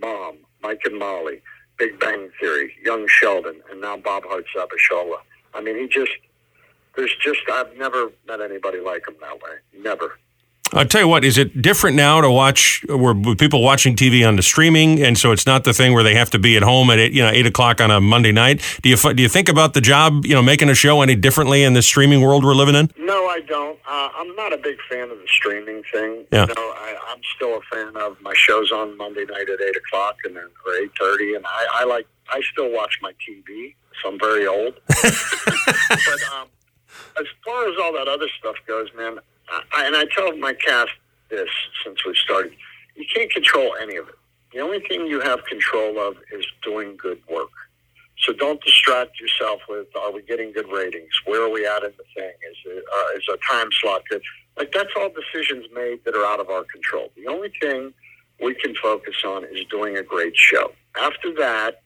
C: Mom, Mike and Molly, Big Bang Theory, Young Sheldon, and now Bob Hart Zabashola. I mean, he just. There's just I've never met anybody like him that way. Never.
A: I'll tell you what, is it different now to watch? Were people watching TV on the streaming, and so it's not the thing where they have to be at home at eight, you know eight o'clock on a Monday night. Do you fi- do you think about the job, you know, making a show any differently in this streaming world we're living in?
C: No, I don't. Uh, I'm not a big fan of the streaming thing.
A: Yeah.
C: You know, I, I'm still a fan of my shows on Monday night at eight o'clock and then or eight thirty, and I, I like. I still watch my TV, so I'm very old. but um, as far as all that other stuff goes, man, I, I, and I tell my cast this since we started, you can't control any of it. The only thing you have control of is doing good work. So don't distract yourself with are we getting good ratings? Where are we at in the thing? Is it, uh, is a time slot good? Like that's all decisions made that are out of our control. The only thing we can focus on is doing a great show. After that,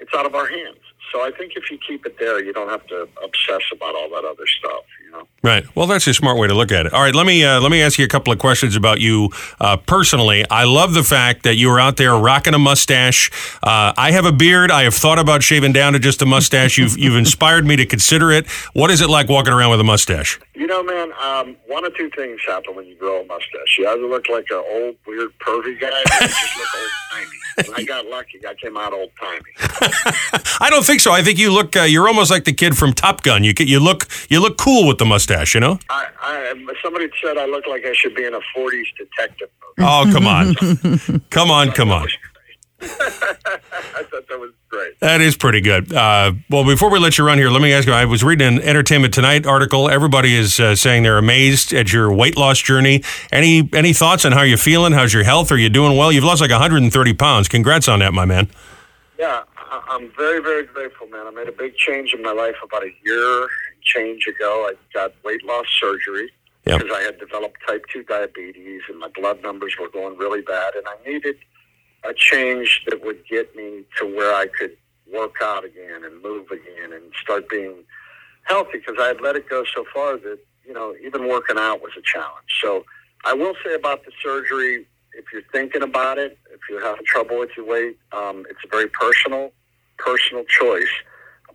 C: it's out of our hands. So I think if you keep it there, you don't have to obsess about all that other stuff. You know.
A: Right. Well, that's a smart way to look at it. All right, let me uh, let me ask you a couple of questions about you uh, personally. I love the fact that you were out there rocking a mustache. Uh, I have a beard. I have thought about shaving down to just a mustache. You've you've inspired me to consider it. What is it like walking around with a mustache?
C: You know, man, um, one of two things happen when you grow a mustache. You either look like an old, weird, pervy guy, or you just look old timey. And I got lucky; I came out old timey.
A: I don't think so. I think you look uh, you're almost like the kid from Top Gun. You ca- you look you look cool with the mustache. You know.
C: I, I, somebody said I look like I should be in a '40s detective movie.
A: Oh come on, come on, come on.
C: I thought that was great.
A: That is pretty good. Uh, well, before we let you run here, let me ask you. I was reading an Entertainment Tonight article. Everybody is uh, saying they're amazed at your weight loss journey. Any any thoughts on how you're feeling? How's your health? Are you doing well? You've lost like 130 pounds. Congrats on that, my man.
C: Yeah, I, I'm very, very grateful, man. I made a big change in my life about a year and change ago. I got weight loss surgery
A: Yep.
C: because I had developed type 2 diabetes and my blood numbers were going really bad. And I needed a change that would get me to where I could work out again and move again and start being healthy because I had let it go so far that, you know, even working out was a challenge. So I will say about the surgery, if you're thinking about it, if you're having trouble with your weight, um, it's a very personal, personal choice.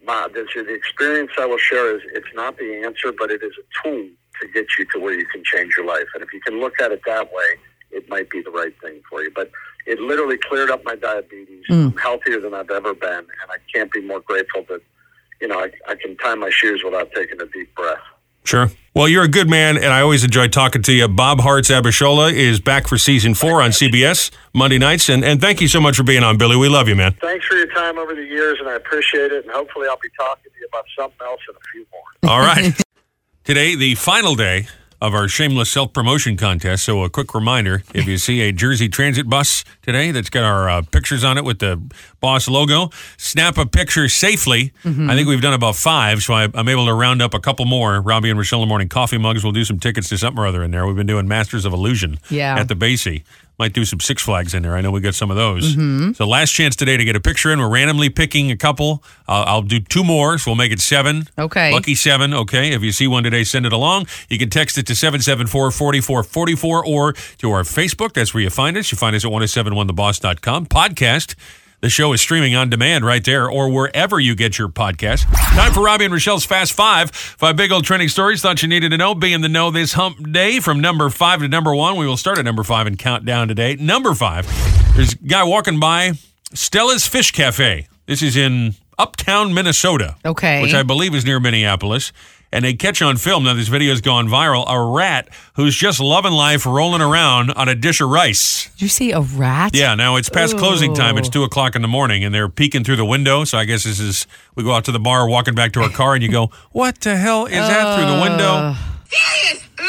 C: My, this is the experience I will share is it's not the answer, but it is a tool to get you to where you can change your life. And if you can look at it that way, it might be the right thing for you. But it literally cleared up my diabetes. I'm healthier than I've ever been, and I can't be more grateful that you know I, I can tie my shoes without taking a deep breath.
A: Sure. Well, you're a good man, and I always enjoy talking to you. Bob Hart's Abishola is back for season four on CBS Monday nights, and and thank you so much for being on, Billy. We love you, man.
C: Thanks for your time over the years, and I appreciate it. And hopefully, I'll be talking to you about something else in a few more.
A: All right. Today, the final day of our shameless self promotion contest. So, a quick reminder if you see a Jersey Transit bus today that's got our uh, pictures on it with the boss logo, snap a picture safely.
B: Mm-hmm.
A: I think we've done about five, so I, I'm able to round up a couple more. Robbie and Rochelle in the morning coffee mugs. We'll do some tickets to something or other in there. We've been doing Masters of Illusion
B: Yeah.
A: at the Basie. Might do some Six Flags in there. I know we got some of those.
B: Mm-hmm.
A: So last chance today to get a picture in. We're randomly picking a couple. Uh, I'll do two more, so we'll make it seven.
B: Okay.
A: Lucky seven. Okay. If you see one today, send it along. You can text it to 774 4444 or to our Facebook. That's where you find us. You find us at 1071theboss.com. Podcast. The show is streaming on demand right there or wherever you get your podcast. Time for Robbie and Rochelle's Fast Five. Five big old trending stories thought you needed to know. Be in the know this hump day from number five to number one. We will start at number five and count down today. Number five, there's a guy walking by Stella's Fish Cafe. This is in uptown Minnesota.
B: Okay.
A: Which I I believe is near Minneapolis. and they catch on film, now this video's gone viral, a rat who's just loving life rolling around on a dish of rice.
B: Did you see a rat?
A: Yeah, now it's past closing time. It's
B: Ooh.
A: two o'clock in the morning, and they're peeking through the window. So I guess this is we go out to the bar, walking back to our car, and you go, "What the hell is that through the window?"
D: Yes. Uh,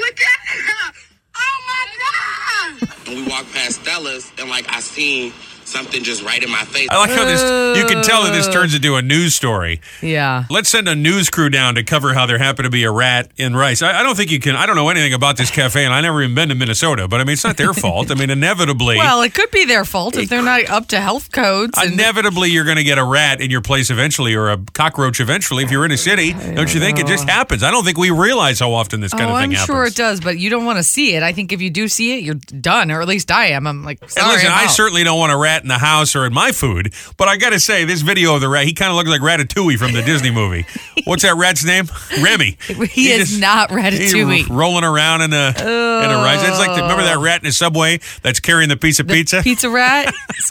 D: look at Oh my god.
E: And we walked past Stella's, and like I seen something just right in my face.
A: I like how this. You can tell that this turns into a news story.
B: Yeah.
A: Let's send a news crew down to cover how there happened to be a rat in rice. I, I don't think you can. I don't know anything about this cafe, and I never even been to Minnesota. But I mean, it's not their fault. I mean, inevitably,
B: Well, it could be their fault if they're not up to health codes. and-
A: inevitably, you're going to get a rat in your place eventually, or a cockroach eventually. If you're in a city, don't you think it just happens? I don't think we realize how often this kind
B: oh,
A: of
B: I'm
A: thing
B: sure
A: happens.
B: it does, but you don't want to see it. I think if you do see it, you're done, or at least I am. I'm like, sorry.
A: And listen,
B: I'm
A: I
B: out.
A: certainly don't want a rat in the house or in my food, but I got to say, this video of the rat, he kind of looks like Ratatouille from the Disney movie. What's that rat's name? Remy.
B: He is not
A: he's
B: Ratatouille.
A: rolling around in a, in a rice. It's like, the, remember that rat in the subway that's carrying the piece of
B: The
A: pizza?
B: Pizza rat? It's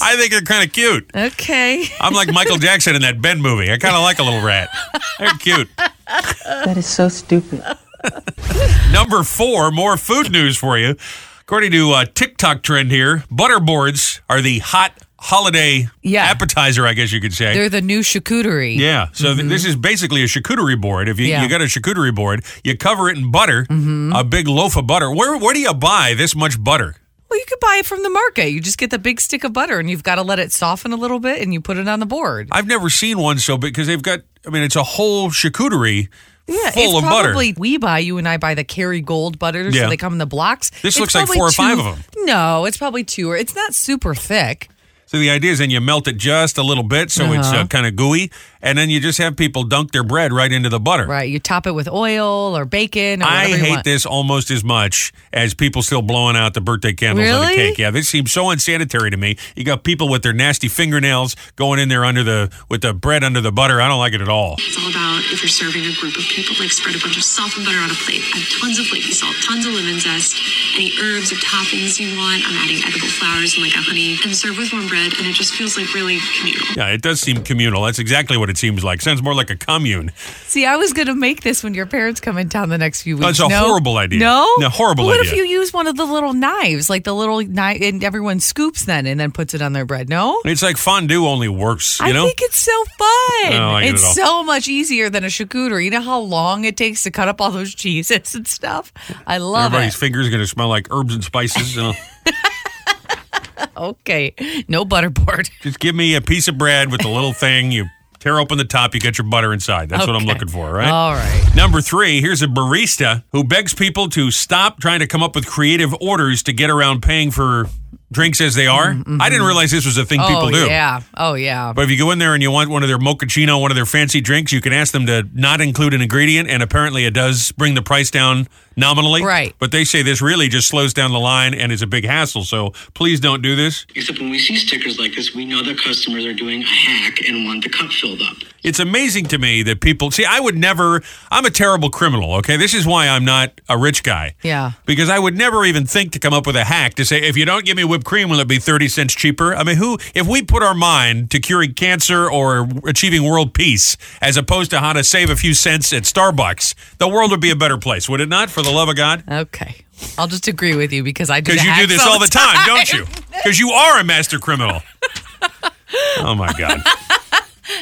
A: I think they're kind of cute.
B: okay.
A: I'm like Michael Jackson in that Ben movie. I kind of like a little rat. They're cute.
F: That is so stupid.
A: Number four, more food news for you. According to uh, TikTok trend here, butterboards are the hot holiday
B: Yeah.
A: appetizer, I guess you could say.
B: They're the new charcuterie.
A: yeah, so th- this is basically a charcuterie board. If you,
B: Yeah. Mm-hmm.
A: you got a charcuterie board, you cover it in butter, a big loaf of butter. Where where do you buy this much butter?
B: Well, you could buy it from the market. You just get the big stick of butter and you've got to let it soften a little bit and you put it on the board.
A: I've never seen one so big because they've got. I mean, it's a whole charcuterie
B: it's
A: full of butter.
B: probably we buy you and I buy the Kerry Gold butters,
A: Yeah.
B: so they come in the blocks.
A: This
B: It's
A: looks like
B: probably
A: four or five
B: two-
A: of 'em.
B: No, it's probably two or it's not super thick.
A: So the idea is then you melt it just a little bit so it's
B: Uh-huh.
A: uh, kind of gooey, and then you just have people dunk their bread right into the butter.
B: Right. You top it with oil or bacon or
A: I
B: whatever you
A: hate
B: want.
A: this almost as much as people still blowing out the birthday candles on the
B: Really?
A: cake. Yeah, this seems so unsanitary to me. You got people with their nasty fingernails going in there under the with the bread under the butter. I don't like it at all.
G: It's all about if you're serving a group of people, like spread a bunch of salt and butter on a plate. Add tons of flaky salt, tons of lemon zest, any herbs or toppings you want. I'm adding edible flowers and like a honey, and serve with warm bread. And it just feels like really communal.
A: Yeah, it does seem communal. That's exactly what it seems like. Sounds more like a commune.
B: See, I was going to make this when your parents come in town the next few weeks.
A: That's a
B: No?
A: horrible idea.
B: No?
A: No, horrible
B: What
A: idea.
B: if you use one of the little knives, like the little knife, and everyone scoops then and then puts it on their bread? No?
A: It's like fondue, only worse. You
B: I
A: know.
B: think it's so fun.
A: don't like it
B: it's
A: at all.
B: so much easier than a charcuterie. You know how long it takes to cut up all those cheeses and stuff? I love
A: Everybody's
B: it.
A: fingers going to smell like herbs and spices. You know.
B: Okay. No butterboard.
A: Just give me a piece of bread with the little thing. You tear open the top, you get your butter inside. That's what I'm
B: Okay.
A: looking for, all right?
B: All right.
A: Number three, here's a barista who begs people to stop trying to come up with creative orders to get around paying for drinks as they are. I didn't realize this was a thing people
B: Mm-hmm. oh,
A: do.
B: yeah. Oh, yeah.
A: But if you go in there and you want one of their mochaccino, one of their fancy drinks, you can ask them to not include an ingredient, and apparently it does bring the price down nominally.
B: Right.
A: But they say this really just slows down the line and is a big hassle. So please don't do this.
H: Except when we see stickers like this, we know that customers are doing a hack and want the cup filled up.
A: It's amazing to me that people see. I would never. I'm a terrible criminal. Okay, this is why I'm not a rich guy.
B: Yeah.
A: Because I would never even think to come up with a hack to say, if you don't give me whipped cream, will it be thirty cents cheaper? I mean, who? If we put our mind to curing cancer or achieving world peace, as opposed to how to save a few cents at Starbucks, the world would be a better place, would it not? For the love of God.
B: Okay. I'll just agree with you because I do
A: Because
B: the
A: you do
B: hacks
A: this all the time, don't you? Because you are a master criminal. oh my God.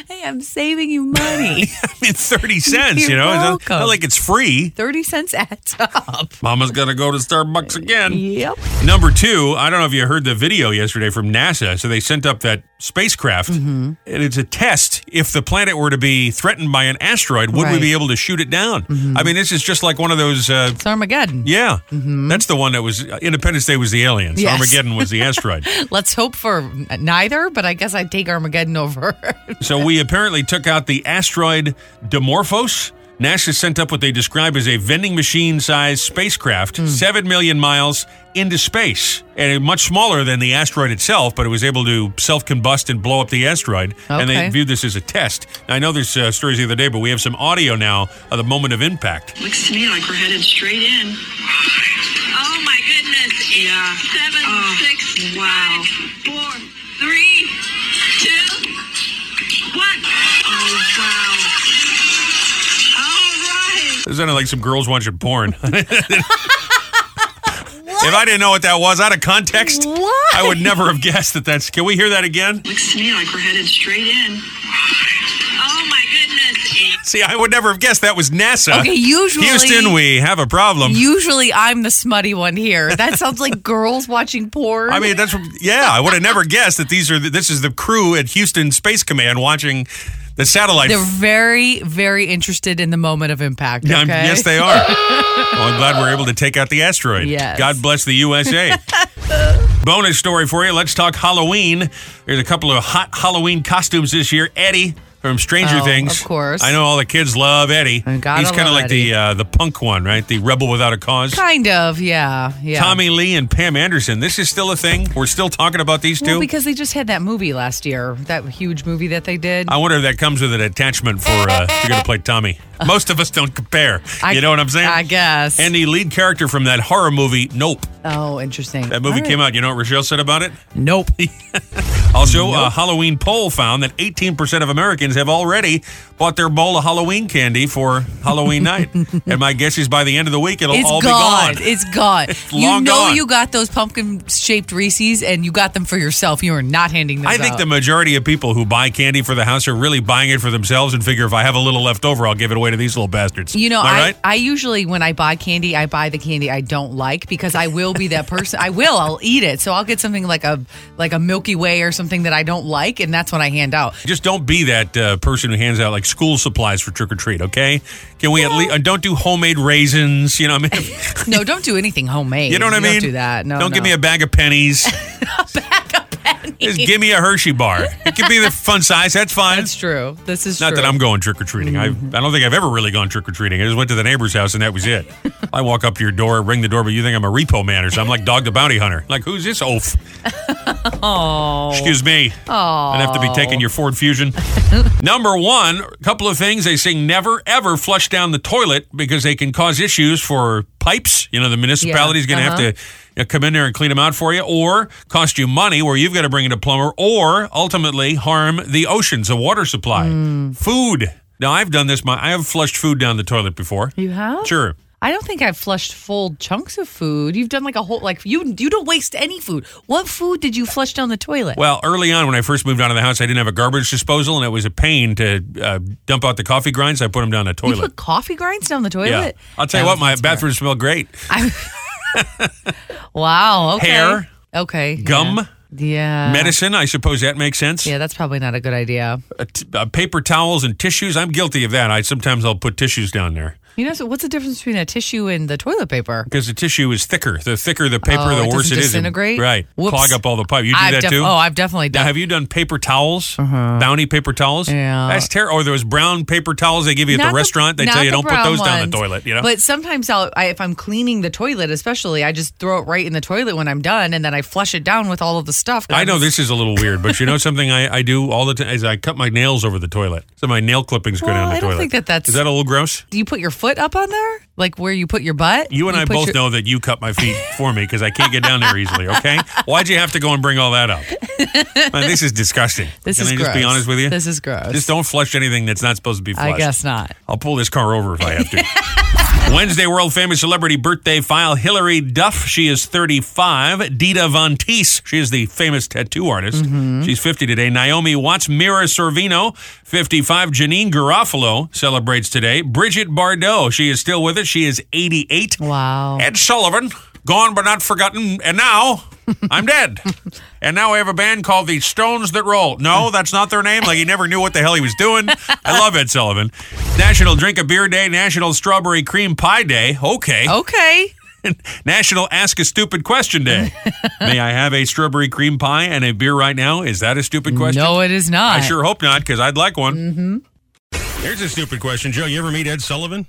B: Hey, I'm saving you money.
A: I mean, 30 cents, you
B: You're
A: know? It's not-
B: welcome.
A: not like it's free.
B: 30 cents adds up.
A: Mama's gonna go to Starbucks again.
B: Yep.
A: Number two, I don't know if you heard the video yesterday from NASA. So they sent up that spacecraft,
B: Mm-hmm.
A: and it's a test. If the planet were to be threatened by an asteroid, would we
B: Right. Mm-hmm.
A: be able to shoot it down? I mean, this is just like one of those. Uh,
B: It's Armageddon.
A: yeah, that's the one that was uh, Independence Day was the aliens.
B: Mm-hmm. Yes.
A: Armageddon was the asteroid.
B: Let's hope for n- neither, but I guess I'd take Armageddon over.
A: So we apparently took out the asteroid Dimorphos. NASA sent up what they describe as a vending machine sized spacecraft, 7 million miles into space. And it- much smaller than the asteroid itself, but it was able to self combust and blow up the asteroid. And they
B: Okay.
A: viewed this as a test. Now, I know there's uh, stories the other day, but we have some audio now of the moment of impact.
G: Looks to me like we're headed straight in.
D: Oh my goodness. Eight,
G: Yeah.
D: seven,
G: Oh,
D: six,
G: wow.
D: five, four, three, two, one.
G: Oh wow!
D: Oh
A: It sounded like some girls watching porn. If I didn't know what that was out of context,
B: What?
A: I would never have guessed that that's. Can we hear that again?
G: Looks to me like we're headed straight in.
D: Oh my goodness.
A: See, I would never have guessed that was NASA.
B: Okay, usually-
A: Houston, we have a problem.
B: Usually I'm the smutty one here. That sounds like girls watching porn.
A: I mean, that's yeah. I would have never guessed that these are. The, this is the crew at Houston Space Command watching the satellite.
B: they're very, very interested in the moment of impact. Okay?
A: Yeah, I'm- Yes, they are. well, I'm glad we're able to take out the asteroid.
B: Yes.
A: God bless the USA. Bonus story for you. Let's talk Halloween. There's a couple of hot Halloween costumes this year. Eddie from Stranger
B: Oh,
A: Things.
B: of course.
A: I know all the kids love Eddie.
B: I gotta
A: He's kind of
B: love
A: like the uh, the punk one, right? The rebel without a cause.
B: Kind of, yeah, yeah.
A: Tommy Lee and Pam Anderson. This is still a thing. We're still talking about these two.
B: Well, because they just had that movie last year, that huge movie that they did.
A: I wonder if that comes with an attachment for uh, if you're going to play Tommy. Most of us don't compare.
B: I-
A: you know what I'm saying?
B: I guess.
A: And the lead character from that horror movie, Nope.
B: oh, interesting.
A: That movie came out. You know what Rochelle said about it?
B: Nope.
A: Also, a Halloween poll found that 18% of Americans have already bought their bowl of Halloween candy for Halloween night. And my guess is by the end of the week, it'll all
B: It's
A: be
B: gone.
A: gone.
B: It's gone. you
A: long
B: know
A: gone.
B: you got those pumpkin shaped Reese's and you got them for yourself. You are not handing those
A: I think
B: out.
A: the majority of people who buy candy for the house are really buying it for themselves and figure if I have a little left over, I'll give it away to these little bastards.
B: You know,
A: Am
B: I,
A: right?
B: I usually when I buy candy, I buy the candy I don't like because I will be that person. I will. I'll eat it. So I'll get something like a like a Milky Way or something that I don't like, and that's when I hand out.
A: Just don't be that uh, person who hands out like school supplies for trick or treat, okay? Can we at least uh, don't do homemade raisins? You know, what I mean,
B: No, don't do anything homemade.
A: you know what I mean.
B: Don't do that. No,
A: don't give
B: no.
A: me a bag of pennies. Just give me a Hershey bar. It could be the fun size. That's fine.
B: That's true. This is
A: Not
B: true. Mm-hmm.
A: that I'm going trick or treating. I I don't think I've ever really gone trick or treating. I just went to the neighbor's house and that was it. I walk up to your door, ring the door, but you think I'm a repo man or something. I'm like Dog the Bounty Hunter. Like who's this oaf?
B: Oh,
A: Excuse me. I'd have to be taking your Ford Fusion. Number one, a couple of things. They say never, ever flush down the toilet because they can cause issues for pipes. You know, the municipality's going to have to
B: uh-huh.
A: you know, come in there and clean them out for you, or cost you money where you've got to bring in a plumber, or ultimately harm the oceans, the water supply,
B: Hmm.
A: food. Now, I've done this. My I have flushed food down the toilet before.
B: you have.
A: Sure.
B: I don't think I've flushed full chunks of food. You've done like a whole like you you don't waste any food. What food did you flush down the toilet?
A: Well, early on when I first moved out of the house, I didn't have a garbage disposal, and it was a pain to uh, dump out the coffee grinds. I put them down the
B: you
A: toilet.
B: put coffee grinds down the toilet.
A: Yeah. I'll tell you
B: That
A: what, my
B: sounds smart.
A: bathroom smelled great.
B: Wow. Okay.
A: Hair.
B: Okay. yeah.
A: Gum,
B: Yeah.
A: medicine, I suppose that makes sense.
B: Yeah, that's probably not a good idea.
A: Uh, t- uh, paper towels and tissues, I'm guilty of that. I sometimes I'll put tissues down there
B: You know, so what's the difference between a tissue and the toilet paper?
A: because the tissue is thicker. The thicker the paper,
B: Oh,
A: the
B: it
A: worse
B: doesn't
A: it is. And-
B: disintegrate?
A: Right.
B: Whoops.
A: Clog up all the pipe. You do
B: I've
A: that
B: def-
A: too?
B: Oh, I've definitely
A: now,
B: done.
A: have you done paper towels? Bounty paper towels?
B: Uh-huh. Yeah.
A: That's terrible. Or those brown paper towels they give you at
B: Not
A: the restaurant. They
B: not
A: tell you
B: the
A: don't put
B: brown
A: those down the
B: ones.
A: toilet, you know?
B: But sometimes I'll, I, if I'm cleaning the toilet, especially, I just throw it right in the toilet when I'm done, and then I flush it down with all of the stuff.
A: I know this is a little weird, but you know something I, I do all the time is I cut my nails over the toilet. So my nail clippings go
B: Well,
A: down the
B: I don't
A: toilet.
B: think that that's-
A: Is that a little gross?
B: Do you put your foot up on there, like where you put your butt?
A: You and I
B: put
A: both
B: your-
A: know that you cut my feet for me because I can't get down there easily. Okay, why'd you have to go and bring all that up? Man, this is disgusting.
B: This
A: Can
B: is
A: I just be
B: gross.
A: honest with you?
B: This is gross.
A: Just don't flush anything that's not supposed to be flushed.
B: I guess not.
A: I'll pull this car over if I have to. Wednesday, world famous celebrity birthday file. Hilary Duff, she is 35. Dita Von Teese, she is the famous tattoo artist. She's 50 today. Naomi Watts, Mira Sorvino, 55. Janine Garofalo celebrates today. Bridget Bardot, she is still with us. She is 88.
B: Wow.
A: Ed Sullivan, gone but not forgotten, and now I'm dead. and now I have a band called the Stones That Roll. No, that's not their name. Like he never knew what the hell he was doing. I love Ed Sullivan. National Drink a Beer Day, National Strawberry Cream Pie Day. Okay.
B: Oh. Okay.
A: National Ask a Stupid Question Day. May I have a strawberry cream pie and a beer right now? Is that a stupid question?
B: No, it is not.
A: I sure hope not, because I'd like one. Mm-hmm. Here's a stupid question, Joe. You ever meet Ed Sullivan?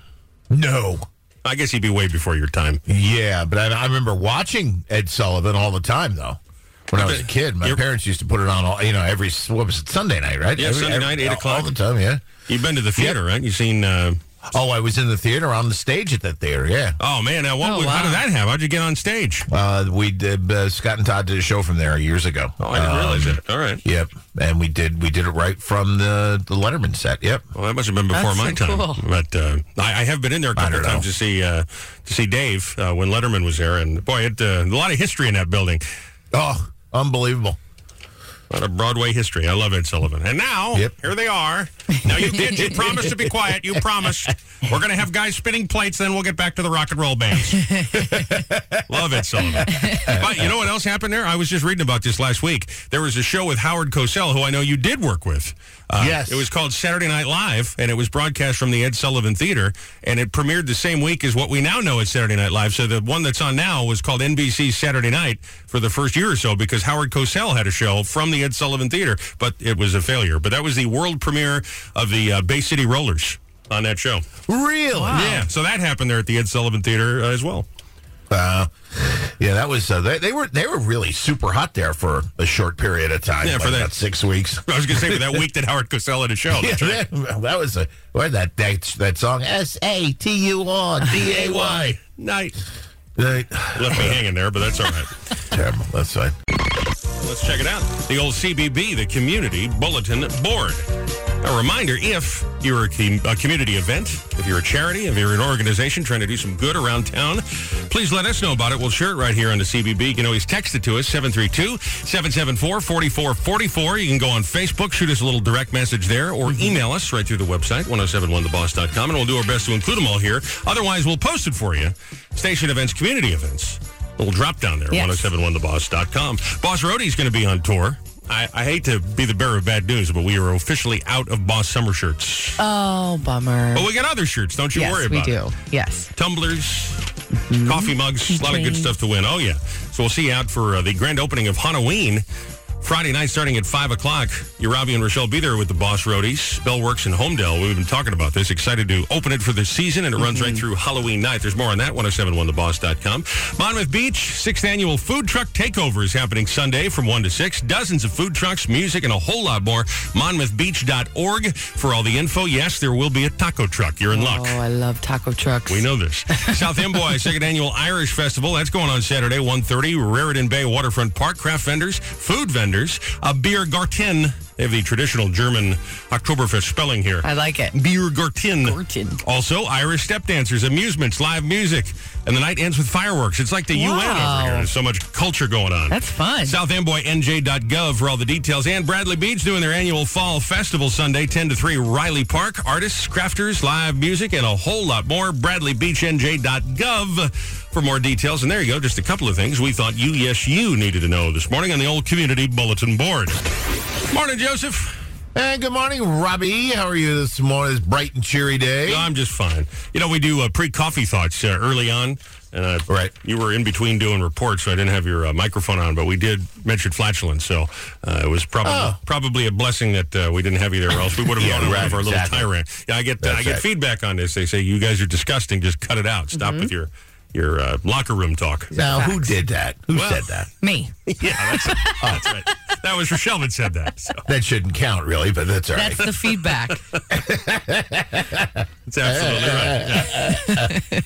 I: No.
A: I guess he'd be way before your time.
I: Yeah, but I, I remember watching Ed Sullivan all the time though. When I was a kid, my parents used to put it on all you know every what was it Sunday night, right?
A: Yeah,
I: Every-
A: Sunday
I: every-
A: night, eight
I: all-
A: o'clock.
I: all the time. Yeah,
A: You've been to the theater, right? You've seen uh,
I: Oh, I was in the theater on the stage at that theater. Yeah.
A: Oh man, now what?
B: Oh,
A: was- How
B: wow.
A: did that happen? How'd you get on stage?
I: Uh, we did. Uh, Scott and Todd did a show from there years ago.
A: Oh, I didn't realize
I: Um,
A: that. All right.
I: Yep, and we did. We did it right from the the Letterman set. Yep.
A: Well, that must have been before
B: That's
A: my
B: so
A: time.
B: cool.
A: But uh, I, I have been in there a couple
I: don't
A: of
I: know.
A: times to see uh, to see Dave uh, when Letterman was there, and boy, it, uh, a lot of history in that building,
I: Oh, unbelievable.
A: a lot of Broadway history. I love Ed Sullivan. And now,
I: Yep.
A: here they are. Now you kids, you promised to be quiet. You promised we're going to have guys spinning plates, then we'll get back to the rock and roll bands. love Ed Sullivan. but you know what else happened there? I was just reading about this last week. There was a show with Howard Cosell, who I know you did work with. Uh,
I: Yes.
A: it was called Saturday Night Live, and it was broadcast from the Ed Sullivan Theater, and it premiered the same week as what we now know as Saturday Night Live. So the one that's on now was called NBC's Saturday Night for the first year or so because Howard Cosell had a show from the Ed Sullivan Theater, but it was a failure. But that was the world premiere of the uh, Bay City Rollers on that show.
I: Really?
A: Yeah, so that happened there at the Ed Sullivan Theater uh, as well.
I: Uh, yeah, that was. Uh, they, they were they were really super hot there for a short period of time.
A: Yeah,
I: like
A: for that-
I: about six weeks.
A: I was going to say for that week that Howard Cosell had a show.
I: Yeah,
A: That's right.
I: that, that was a what that that, that song S A T U R D A Y
A: Night.
I: They-
A: Left me hanging there, but that's all right.
I: Terrible. That's fine.
A: Let's check it out. The old CBB, the Community Bulletin Board. A reminder if you're a, com- a community event, if you're a charity, if you're an organization trying to do some good around town, please let us know about it. We'll share it right here on the CBB. You can always text it to us, 732 774 4444. You can go on Facebook, shoot us a little direct message there, or email us right through the website, 1071theboss.com, and we'll do our best to include them all here. Otherwise, we'll post it for you. Station events, community events little drop down there,
B: Yes.
A: 1071theboss.com. Boss Roadie's going to be on tour. I, I hate to be the bearer of bad news, but we are officially out of Boss Summer shirts.
B: Oh, bummer.
A: but we got other shirts, don't you
B: yes,
A: worry about
B: we
A: it.
B: do. Yes.
A: Tumblers, coffee mugs, a lot of good
B: Keychains.
A: stuff to win. Oh, yeah. So we'll see you out for uh, the grand opening of Halloween. Friday night starting at 5 o'clock. Urabi and Rochelle be there with the Boss Roadies, Bellworks, and Homedale. We've been talking about this. Excited to open it for the season, and it runs right through Halloween night. There's more on that, 1071theboss.com. Monmouth Beach, 6th annual Food Truck Takeover is happening Sunday from 1 to 6. Dozens of food trucks, music, and a whole lot more. MonmouthBeach.org for all the info. Yes, there will be a taco truck. You're in luck.
B: Oh, I love taco trucks.
A: We know this. South Amboy, second annual Irish Festival. That's going on Saturday, 1.30, Raritan Bay Waterfront Park. Craft vendors, food vendors, a beer garten. They have the traditional German Oktoberfest spelling here.
B: I like it.
A: Beer garten.
B: Garten.
A: Also, Irish step dancers, amusements, live music. And the night ends with fireworks. It's like the UN over
B: Wow.
A: here. There's so much culture going on.
B: That's fun.
A: SouthAmboyNJ.gov for all the details. And Bradley Beach doing their annual Fall Festival Sunday, 10 to 3, Riley Park. Artists, crafters, live music, and a whole lot more. BradleyBeachNJ.gov for more details. And there you go, just a couple of things we thought you, yes, you needed to know this morning on the old community bulletin board. Morning, Joseph.
I: And good morning, Robbie. How are you this morning? This bright and cheery day.
A: No, I'm just fine. You know, we do uh, pre-coffee thoughts uh, early on, and I,
I: Right.
A: you were in between doing reports, so I didn't have your uh, microphone on, but we did mention flatulence, so uh, it was probably
I: Oh.
A: probably a blessing that uh, we didn't have you there, or else we would have
I: Yeah,
A: gone on one
I: right,
A: of our
I: exactly.
A: little tyrant. Yeah, I get uh, I get
I: That's right. Mm-hmm.
A: feedback on this. They say you guys are disgusting. Just cut it out. Stop with your your uh, locker room talk.
I: Now, who
B: Facts.
I: did that? Who
A: Well-
I: said that?
B: Me.
A: Yeah, that's, that's right. That was Rochelle that said that. So
I: That shouldn't count, really, but that's all right.
B: That's the feedback.
A: it's absolutely right. Yeah.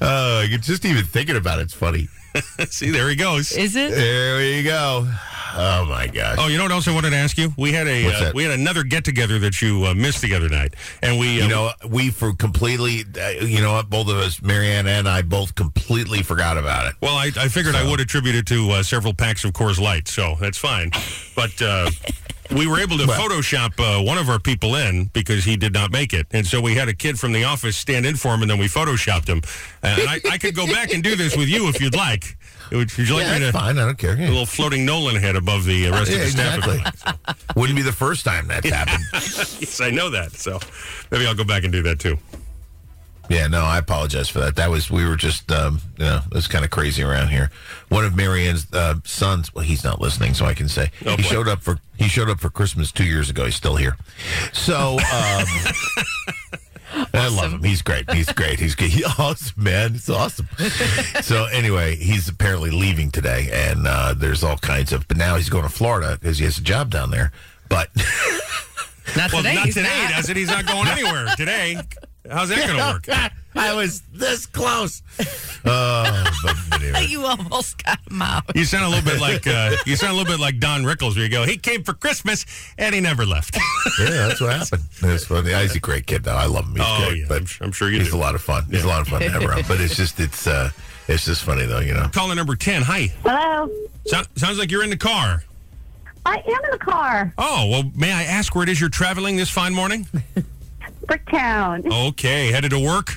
I: Uh, you're just even thinking about it's funny.
A: See, there he goes.
B: Is it?
I: There you go. Oh my gosh.
A: Oh, you know what else I wanted to ask you? We had a
I: What's
A: uh,
I: that?
A: we had another get together that you uh, missed the other night, and we uh,
I: You know, we for completely. Uh, you know what? Both of us, Marianne and I, both completely forgot about it.
A: well, I, I figured I would attribute it to uh, several packs of Coors Light, so that's fine. But uh, we were able to Photoshop uh, one of our people in because he did not make it, and so we had a kid from the office stand in for him, and then we Photoshopped him. Uh, and I, I could go back and do this with you if you'd like. Would, would you like
I: yeah,
A: me
I: that's
A: to?
I: fine. I don't care.
A: A
I: Yeah.
A: little floating Nolan head above the uh, rest
I: Yeah,
A: of the staff.
I: exactly. Wouldn't be the first time that's happened.
A: yes, I know that. So maybe I'll go back and do that too.
I: Yeah, no, I apologize for that. That was we were just, um, you know, it was kind of crazy around here. One of Marianne's uh, sons, well, he's not listening, so I can say
A: Oh,
I: he
A: boy.
I: showed up for he showed up for Christmas two years ago. He's still here, so um, I love him. He's great. He's great. He's good. He's awesome, man. He's awesome. so anyway, he's apparently leaving today, and uh, there's all kinds of. But now he's going to Florida because he has a job down there. But
B: Not
A: Well,
B: today.
A: not
B: he's
A: today,
B: not.
A: does it? He's not going anywhere today. How's that going to work?
I: I was this close.
B: you almost got him out.
A: Oh, You sound a little bit like uh, you sound a little bit like Don Rickles, where you go, he came for Christmas and he never left.
I: yeah, that's what happened. That's funny. He's a great kid, though. I love him. He's
A: Oh,
I: great,
A: yeah.
I: but
A: I'm su- I'm sure you
I: he's
A: do.
I: a lot of fun. He's a lot of fun to have around. But it's just it's uh it's just funny though, you know.
A: Caller number ten. Hi.
J: Hello.
A: So- sounds like you're in the car.
J: I am in the car.
A: Oh well, may I ask where it is you're traveling this fine morning?
J: Bricktown.
A: Okay, headed to work.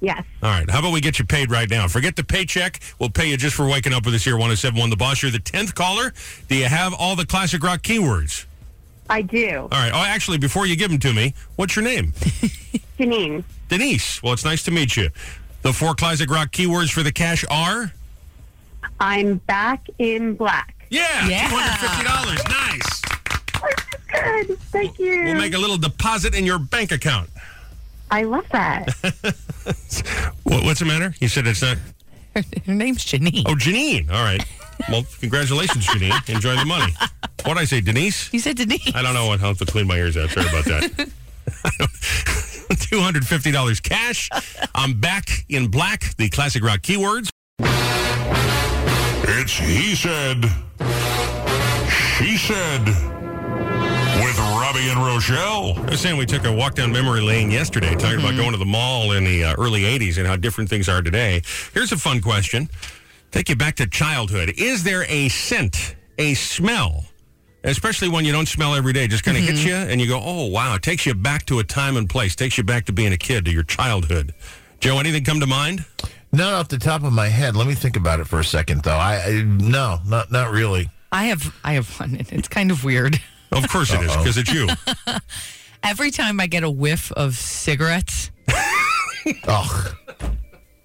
J: Yes.
A: All right. How about we get you paid right now? Forget the paycheck. We'll pay you just for waking up with us here. 1071 The Boss. You're the 10th caller. Do you have all the classic rock keywords?
J: I do.
A: All right. Oh, actually, before you give them to me, what's your name?
J: Janine.
A: Denise. Well, it's nice to meet you. The four classic rock keywords for the cash are?
J: I'm back in black.
A: Yeah.
B: Yeah.
A: $250. Nice.
J: Good. Thank you.
A: We'll make a little deposit in your bank account.
J: I love that.
A: What, what's the matter? You said it's not.
B: Her, her name's Janine.
A: Oh, Janine. All right. Well, congratulations, Janine. Enjoy the money. What did I say, Denise?
B: You said Denise.
A: I don't know what. I'll have to clean my ears out. Sorry about that. Two hundred fifty dollars cash. I'm back in black. The classic rock keywords.
K: It's He Said, She Said, with Robbie and Rochelle.
A: I was saying we took a walk down memory lane yesterday, talking about going to the mall in the uh, early '80s and how different things are today. Here's a fun question: Take you back to childhood. Is there a scent, a smell? Especially one you don't smell every day, just kind
B: Mm-hmm.
A: of hits you, and you go, "Oh wow!" It takes you back to a time and place. Takes you back to being a kid, to your childhood. Joe, anything come to mind?
I: Not off the top of my head. Let me think about it for a second, though. I, I no, not not really.
B: I have I have one and it's kind of weird.
A: Of course it is, because it's you.
B: Every time I get a whiff of cigarettes,
I: Oh,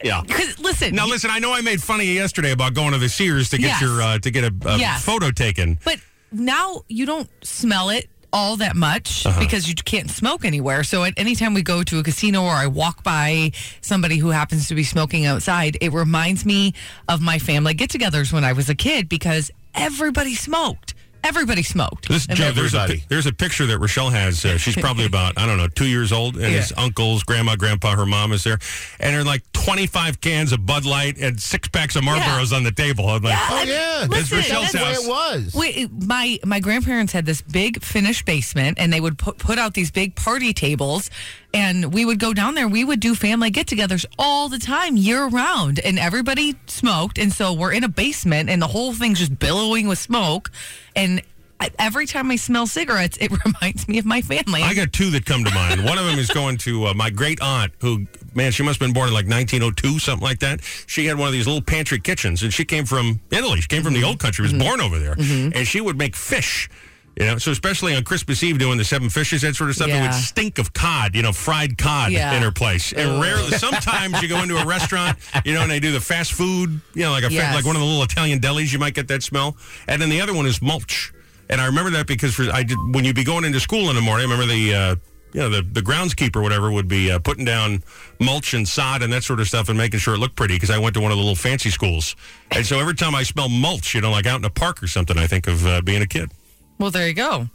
A: Yeah.
B: because listen,
A: Now listen, I know I made fun of you yesterday about going to the Sears to get
B: Yes.
A: your uh, to get a, a
B: Yes.
A: photo taken.
B: but now you don't smell it all that much because you can't smoke anywhere. So at any time we go to a casino or I walk by somebody who happens to be smoking outside, it reminds me of my family get-togethers when I was a kid because everybody smoked. Everybody smoked.
A: This
B: And
A: Joe, there's a,
I: everybody.
A: pi- there's a picture that Rochelle has. Uh, she's probably about I don't know two years old, and his
B: Yeah.
A: uncles, grandma, grandpa, her mom is there, and they're like 25 cans of Bud Light and six packs of Marlboros on the table. I'm like,
I: oh yeah,
A: That's
B: Listen,
A: Rochelle's
I: that's the way
A: house.
I: it was.
B: Wait, my my grandparents had this big finished basement, and they would put put out these big party tables, and we would go down there. We would do family get-togethers all the time, year round, and everybody smoked, and so we're in a basement, and the whole thing's just billowing with smoke, and. I- Every time I smell cigarettes, it reminds me of my family.
A: I got two that come to mind. One of them is going to uh, my great aunt, who, man, she must have been born in like 1902, something like that. She had one of these little pantry kitchens, and she came from Italy. She came from
B: Mm-hmm.
A: the old country, was born over there. And she would make fish. You know, so especially on Christmas Eve doing the seven fishes, that sort of stuff, it
B: Yeah.
A: would stink of cod, you know, fried cod
B: Yeah.
A: in her place. And rarely, sometimes you go into a restaurant, you know, and they do the fast food, you know, like a fa-
B: Yes.
A: like one of the little Italian delis, you might get that smell. And then the other one is mulch. And I remember that because for, I did when you'd be going into school in the morning. I remember the uh, you know the the groundskeeper or whatever would be uh, putting down mulch and sod and that sort of stuff and making sure it looked pretty because I went to one of the little fancy schools. And so every time I smell mulch, you know, like out in a park or something, I think of uh, being a kid. Hmm.
B: well, there you go.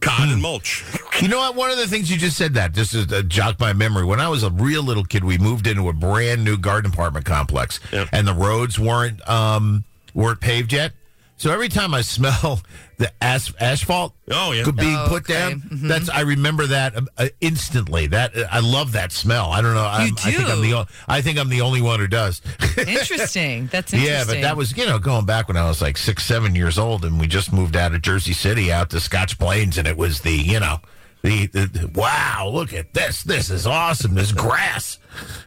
A: Cod and mulch.
I: You know what? One of the things you just said that just to uh, jog my memory. When I was a real little kid, we moved into a brand new garden apartment complex,
A: Yep.
I: and the roads weren't um, weren't paved yet. So every time I smell the as- asphalt,
A: Oh, yeah.
I: being
B: Oh,
I: put
B: okay.
I: down, that's I remember that um, uh, instantly. That uh, I love that smell. I don't know. I'm, I think I'm
B: do.
I: the o- I think I'm the only one who does.
B: Interesting. That's interesting.
I: Yeah, but that was you know going back when I was like six, seven years old, and we just moved out of Jersey City out to Scotch Plains, and it was the you know the, the, the- wow, look at this, this is awesome, this grass,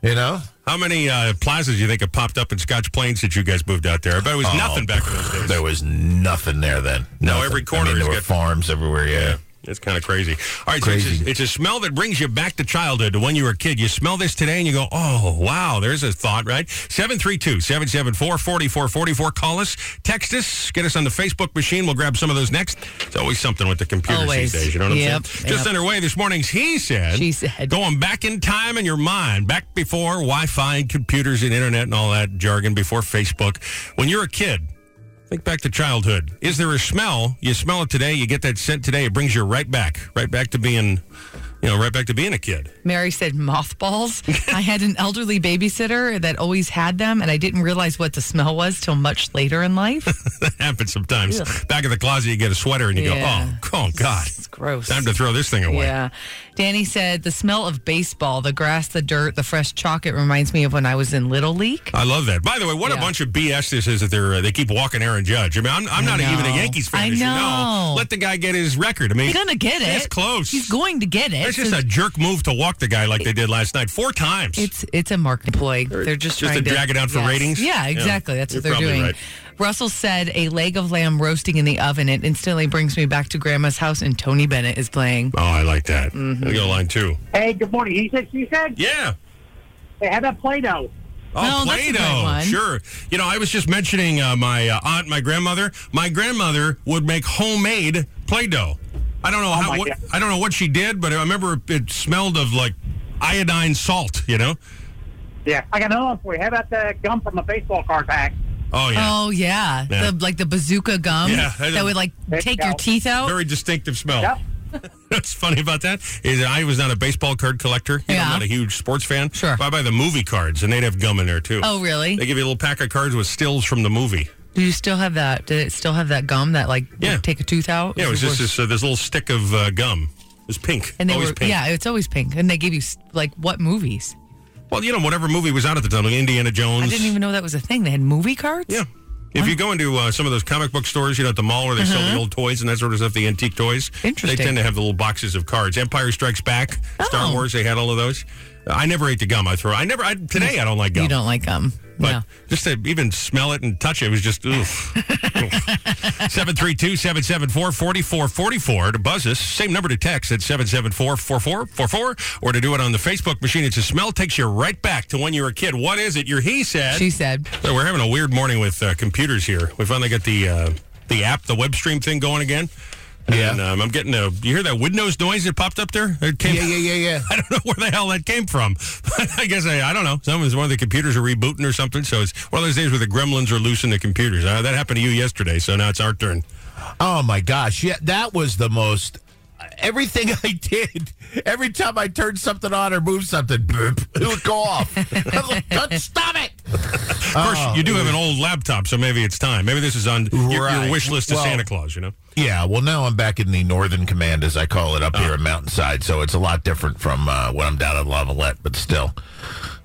I: you know.
A: How many uh, plazas do you think have popped up in Scotch Plains since you guys moved out there? I bet it was nothing back in those days.
I: Oh, There was nothing there then. Nothing.
A: every corner
I: I mean,
A: has
I: there were
A: got-
I: farms everywhere. Yeah.
A: It's kind of crazy. All right, so it's,
I: Crazy.
A: a, it's a smell that brings you back to childhood to when you were a kid. You smell this today and you go, oh, wow, there's a thought, right? 732 774 4444. Call us, text us, get us on the Facebook machine. We'll grab some of those next. It's always something with the computers
B: Always.
A: these days. You know what I'm
B: Yep,
A: saying?
B: yep.
A: Just underway this morning's He Said.
B: She Said.
A: Going back in time in your mind, back before Wi Fi and computers and internet and all that jargon, before Facebook. When you're a kid, Think back to childhood. Is there a smell? You smell it today, you get that scent today, it brings you right back, right back to being, you know, right back to being a kid.
B: Mary said mothballs. I had an elderly babysitter that always had them, and I didn't realize what the smell was till much later in life.
A: that happens sometimes.
B: Ugh.
A: Back in the closet, you get a sweater and you
B: Yeah.
A: go, oh, oh God. It's
B: gross.
A: Time to throw this thing away.
B: Yeah. Danny said the smell of baseball, the grass, the dirt, the fresh chalk, it reminds me of when I was in Little League.
A: I love that. By the way, what a
B: Yeah.
A: bunch of BS this is that they're uh, they keep walking Aaron Judge. I mean, I'm, I'm
B: I
A: not even a
B: know.
A: Yankees fan.
B: I
A: as you
B: know.
A: Let the guy get his record. I mean,
B: He's going to get it.
A: It's close.
B: He's going to get it.
A: It's just a jerk move to walk the guy like they did last night four times.
B: It's it's a marketing ploy. They're
A: just
B: just, trying
A: to drag it out for
B: Yes.
A: ratings?
B: Yeah,
A: Yeah.
B: exactly. That's
A: You're
B: what they're
A: probably
B: doing.
A: right.
B: Russell said a leg of lamb roasting in the oven. It instantly brings me back to Grandma's house, and Tony Bennett is playing.
A: oh, I like that.
B: Mm-hmm.
A: We got a line two.
L: Hey, good morning. He said, she said?
A: Yeah.
L: Hey, how about Play Doh?
A: Oh,
L: No,
A: Play
L: that's a good
A: Doh.
L: one.
A: Sure. You know, I was just mentioning uh, my uh, aunt, my grandmother. My grandmother would make homemade Play Doh. I don't know how.
L: Oh, my
A: what,
L: God.
A: I don't know what she did, but I remember it smelled of like iodine salt. You know.
L: Yeah. I got another one for you. How about that gum from a baseball card pack?
A: Oh yeah.
B: Oh yeah,
A: Yeah.
B: the like the bazooka gum
A: Yeah, I
B: that
A: know.
B: would like take your teeth out.
A: Very distinctive smell. What's funny about that is I was not a baseball card collector. You know, I'm
B: Yeah.
A: not a huge sports fan. Sure. I buy the movie cards, and they'd have gum in there too.
B: Oh, really?
A: They give you a little pack of cards with stills from the movie.
B: Do you still have that? Did it still have that gum that like would take a tooth out?
A: Yeah, it was just this, uh, this little stick of uh, gum. It was pink.
B: and they
A: Always
B: were
A: pink.
B: yeah, it's always pink. And they gave you s- like what movies?
A: Well, you know, whatever movie was out at the time, like Indiana Jones.
B: I didn't even know that was a thing. They had movie cards. Yeah.
A: If you go into uh, some of those comic book stores, you know, at the mall where they sell the
B: Uh-huh.
A: old toys and that sort of stuff, the antique toys,
B: Interesting. Oh.
A: they tend to have the little boxes of cards. Empire Strikes Back, Star Wars, they had all of those. Uh, I never ate the gum. I throw. I never. I, today, I don't like gum.
B: You don't like gum.
A: But just to even smell it and touch it was just oof. 732 774 4444 to buzz us. Same number to text at 774 4444 or to do it on the Facebook machine. It's a smell takes you right back to when you were a kid. What is it? Your he said.
B: She said.
A: So we're having a weird morning with uh, computers here. We finally got the uh, the app, the web stream thing going again. And um, I'm getting a. You hear that Windows noise that popped up there? It came,
I: Yeah, yeah, yeah, yeah.
A: I don't know where the hell that came from. I guess I, I don't know. Someone's one of the computers are rebooting or something. So it's one of those days where the gremlins are loose in the computers. Uh, that happened to you yesterday, so now it's our turn.
I: Oh my gosh, yeah, that was the most. Everything I did, every time I turned something on or moved something, boop, it would go off. I was like, "God, stop it!
A: Of course,
I: Oh,
A: you do have an old laptop, so maybe it's time. Maybe this is on your- your,
I: Right.
A: wish list to
I: Well-
A: Santa Claus. You know.
I: Yeah, well, now I'm back in the Northern Command, as I call it, up here in Mountainside, so it's a lot different from uh, when I'm down at Lavalette, but still,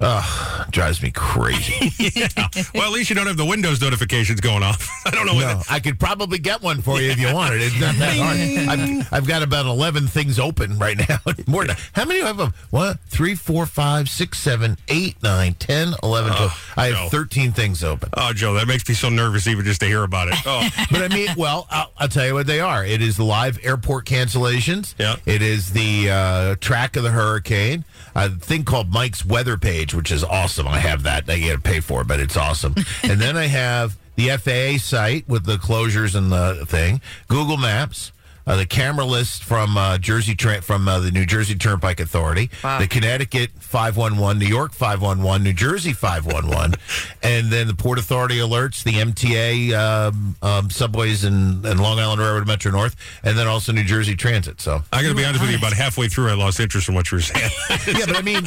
I: uh, drives me crazy.
A: yeah. Well, at least you don't have the Windows notifications going off. I don't know.
I: No, I could probably get one for you if you wanted. It's not that hard. I've, I've got about eleven things open right now. More than how many do I have? Them? One, three, four, five, six, seven, eight, nine, ten, eleven, twelve. I have thirteen things open.
A: Oh, Joe, that makes me so nervous even just to hear about it. Oh,
I: but I mean, well, I'll, I'll tell you what they are. It is the live airport cancellations. Yeah. It is the uh, track of the hurricane. A thing called Mike's weather page, which is awesome. I have that. I got to pay for it, but it's awesome. and then I have the FAA site with the closures and the thing. Google Maps. Uh, the camera list from uh, Jersey Tran from uh, the New Jersey Turnpike Authority, the Connecticut 511, New York 511, New Jersey 511, and then the Port Authority alerts, the MTA um, um, subways and, and Long Island Railroad Metro North, and then also New Jersey Transit. So
A: I got to be honest with you. About halfway through, I lost interest in what you were saying.
I: yeah, but I mean,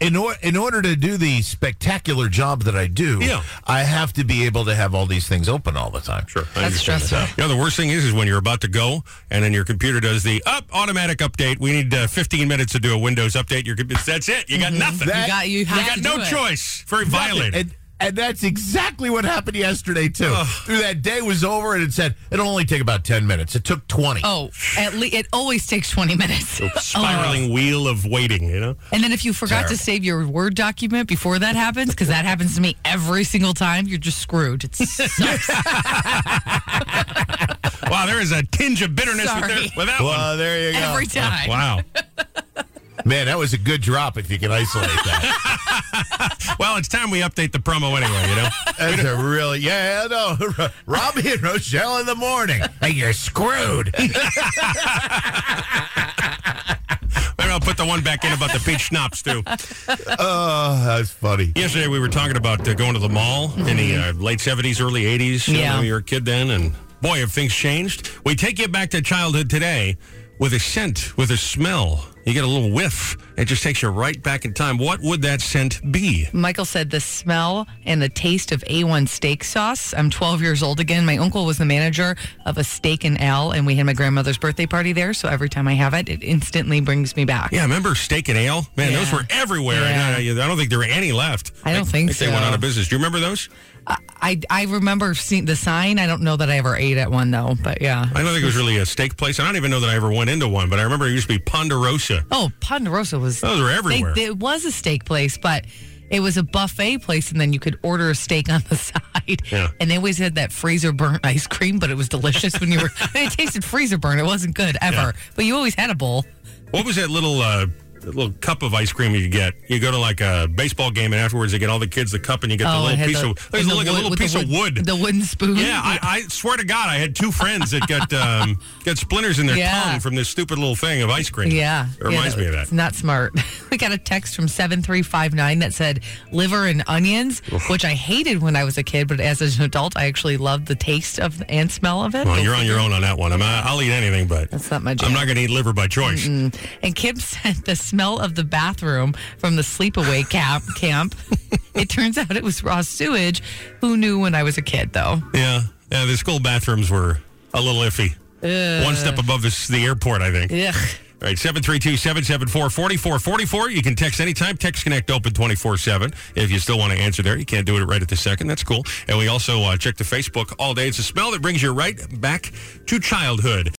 I: in or, in order to do the spectacular job that I do, I have to be able to have all these things open all the time. Sure,
A: I understand
I: uh,
A: that. You know, the worst thing is, is when you're about to go and then your computer does the up automatic update. We need uh, 15 minutes to do a Windows update. Your computer, that's it. You got nothing.
I: That- Mm-hmm. You got- you have
A: got
I: to
A: no
I: do it.
A: choice. Very
I: Nothing.
A: violated.
I: And, and that's exactly what happened yesterday too.
A: Ugh.
I: That day was over, and it said it'll only take about ten minutes. It took twenty.
B: Oh, at least it always takes twenty minutes.
I: Oh.
A: spiraling wheel of waiting. You know.
B: And then if you forgot
A: Terrible.
B: to save your Word document before that happens, because that happens to me every single time, you're just screwed. It sucks.
A: Wow, there is a tinge of bitterness with, there,
B: Sorry.
A: with that
I: well,
A: one.
I: there you go.
B: Every time.
A: Wow.
I: Man, that was a good drop if you can isolate that.
A: well, it's time we update the promo anyway, you know?
I: That's a really, yeah, no. Robbie and Rochelle in the morning. Hey, you're screwed.
A: Maybe I'll put the one back in about the peach schnapps too.
I: Oh, that's funny.
A: Yesterday we were talking about uh, going to the mall in the
B: Mm-hmm.
A: uh, late seventies, early eighties.
I: Yeah.
A: You, know, you were a kid then, and boy, have things changed. We take you back to childhood today with a scent, with a smell. You get a little whiff. It just takes you right back in time. What would that scent be?
B: Michael said the smell and the taste of A1 steak sauce. I'm 12 years old again. My uncle was the manager of a steak and L, and we had my grandmother's birthday party there. So every time I have it, it instantly brings me back.
A: Yeah, remember steak and ale? Man, those
B: Yeah.
A: were everywhere. And I, I don't think there were any left.
B: I don't think
A: They went
B: so.
A: out of business. Do you remember those?
B: I, I remember seeing the sign. I don't know that I ever ate at one though, but yeah.
A: I don't think it was really a steak place. I don't even know that I ever went into one, but I remember it used to be Ponderosa.
B: Oh, Ponderosa was.
A: Those were everywhere.
B: They, it was a steak place, but it was a buffet place, and then you could order a steak on the side.
A: Yeah.
B: And they always had that freezer burn ice cream, but it was delicious when you were. it tasted freezer burn. It wasn't good ever, but you always had a bowl.
A: What was that little uh, that little cup of ice cream you could get? You go to like a baseball game, and afterwards they get all the kids the cup, and you get
B: Oh,
A: the
B: I
A: little
B: had
A: piece
B: the-
A: of there's
B: and the
A: like a
B: wood-
A: little
B: with the
A: piece of
B: wood-
A: wood.
B: the wooden spoon.
A: Yeah, I, I swear to God, I had two friends that got um, got splinters in their
B: Yeah.
A: tongue from this stupid little thing of ice cream.
B: Yeah.
A: it reminds
B: Yeah,
A: me of that.
B: It's not smart. We got a text from 7359 that said liver and onions, which I hated when I was a kid, but as an adult, I actually loved the taste of and smell of it.
A: Well, you're on your own on that one. I'm, uh, I'll eat anything, but that's
B: not my
A: I'm not going to eat liver by choice.
B: Mm. And Kim said the smell of the bathroom from the sleepaway camp. camp. It turns out it was raw sewage. Who knew when I was a kid, though?
A: Yeah, yeah. The school bathrooms were a little iffy.
B: Ugh.
A: One step above this, the airport, I think.
B: Ugh.
A: All right, 732-774-4444. You can text anytime. Text Connect open 24-7. If you still want to answer there, you can't do it right at the second. That's cool. And we also uh, check the Facebook all day. It's a smell that brings you right back to childhood.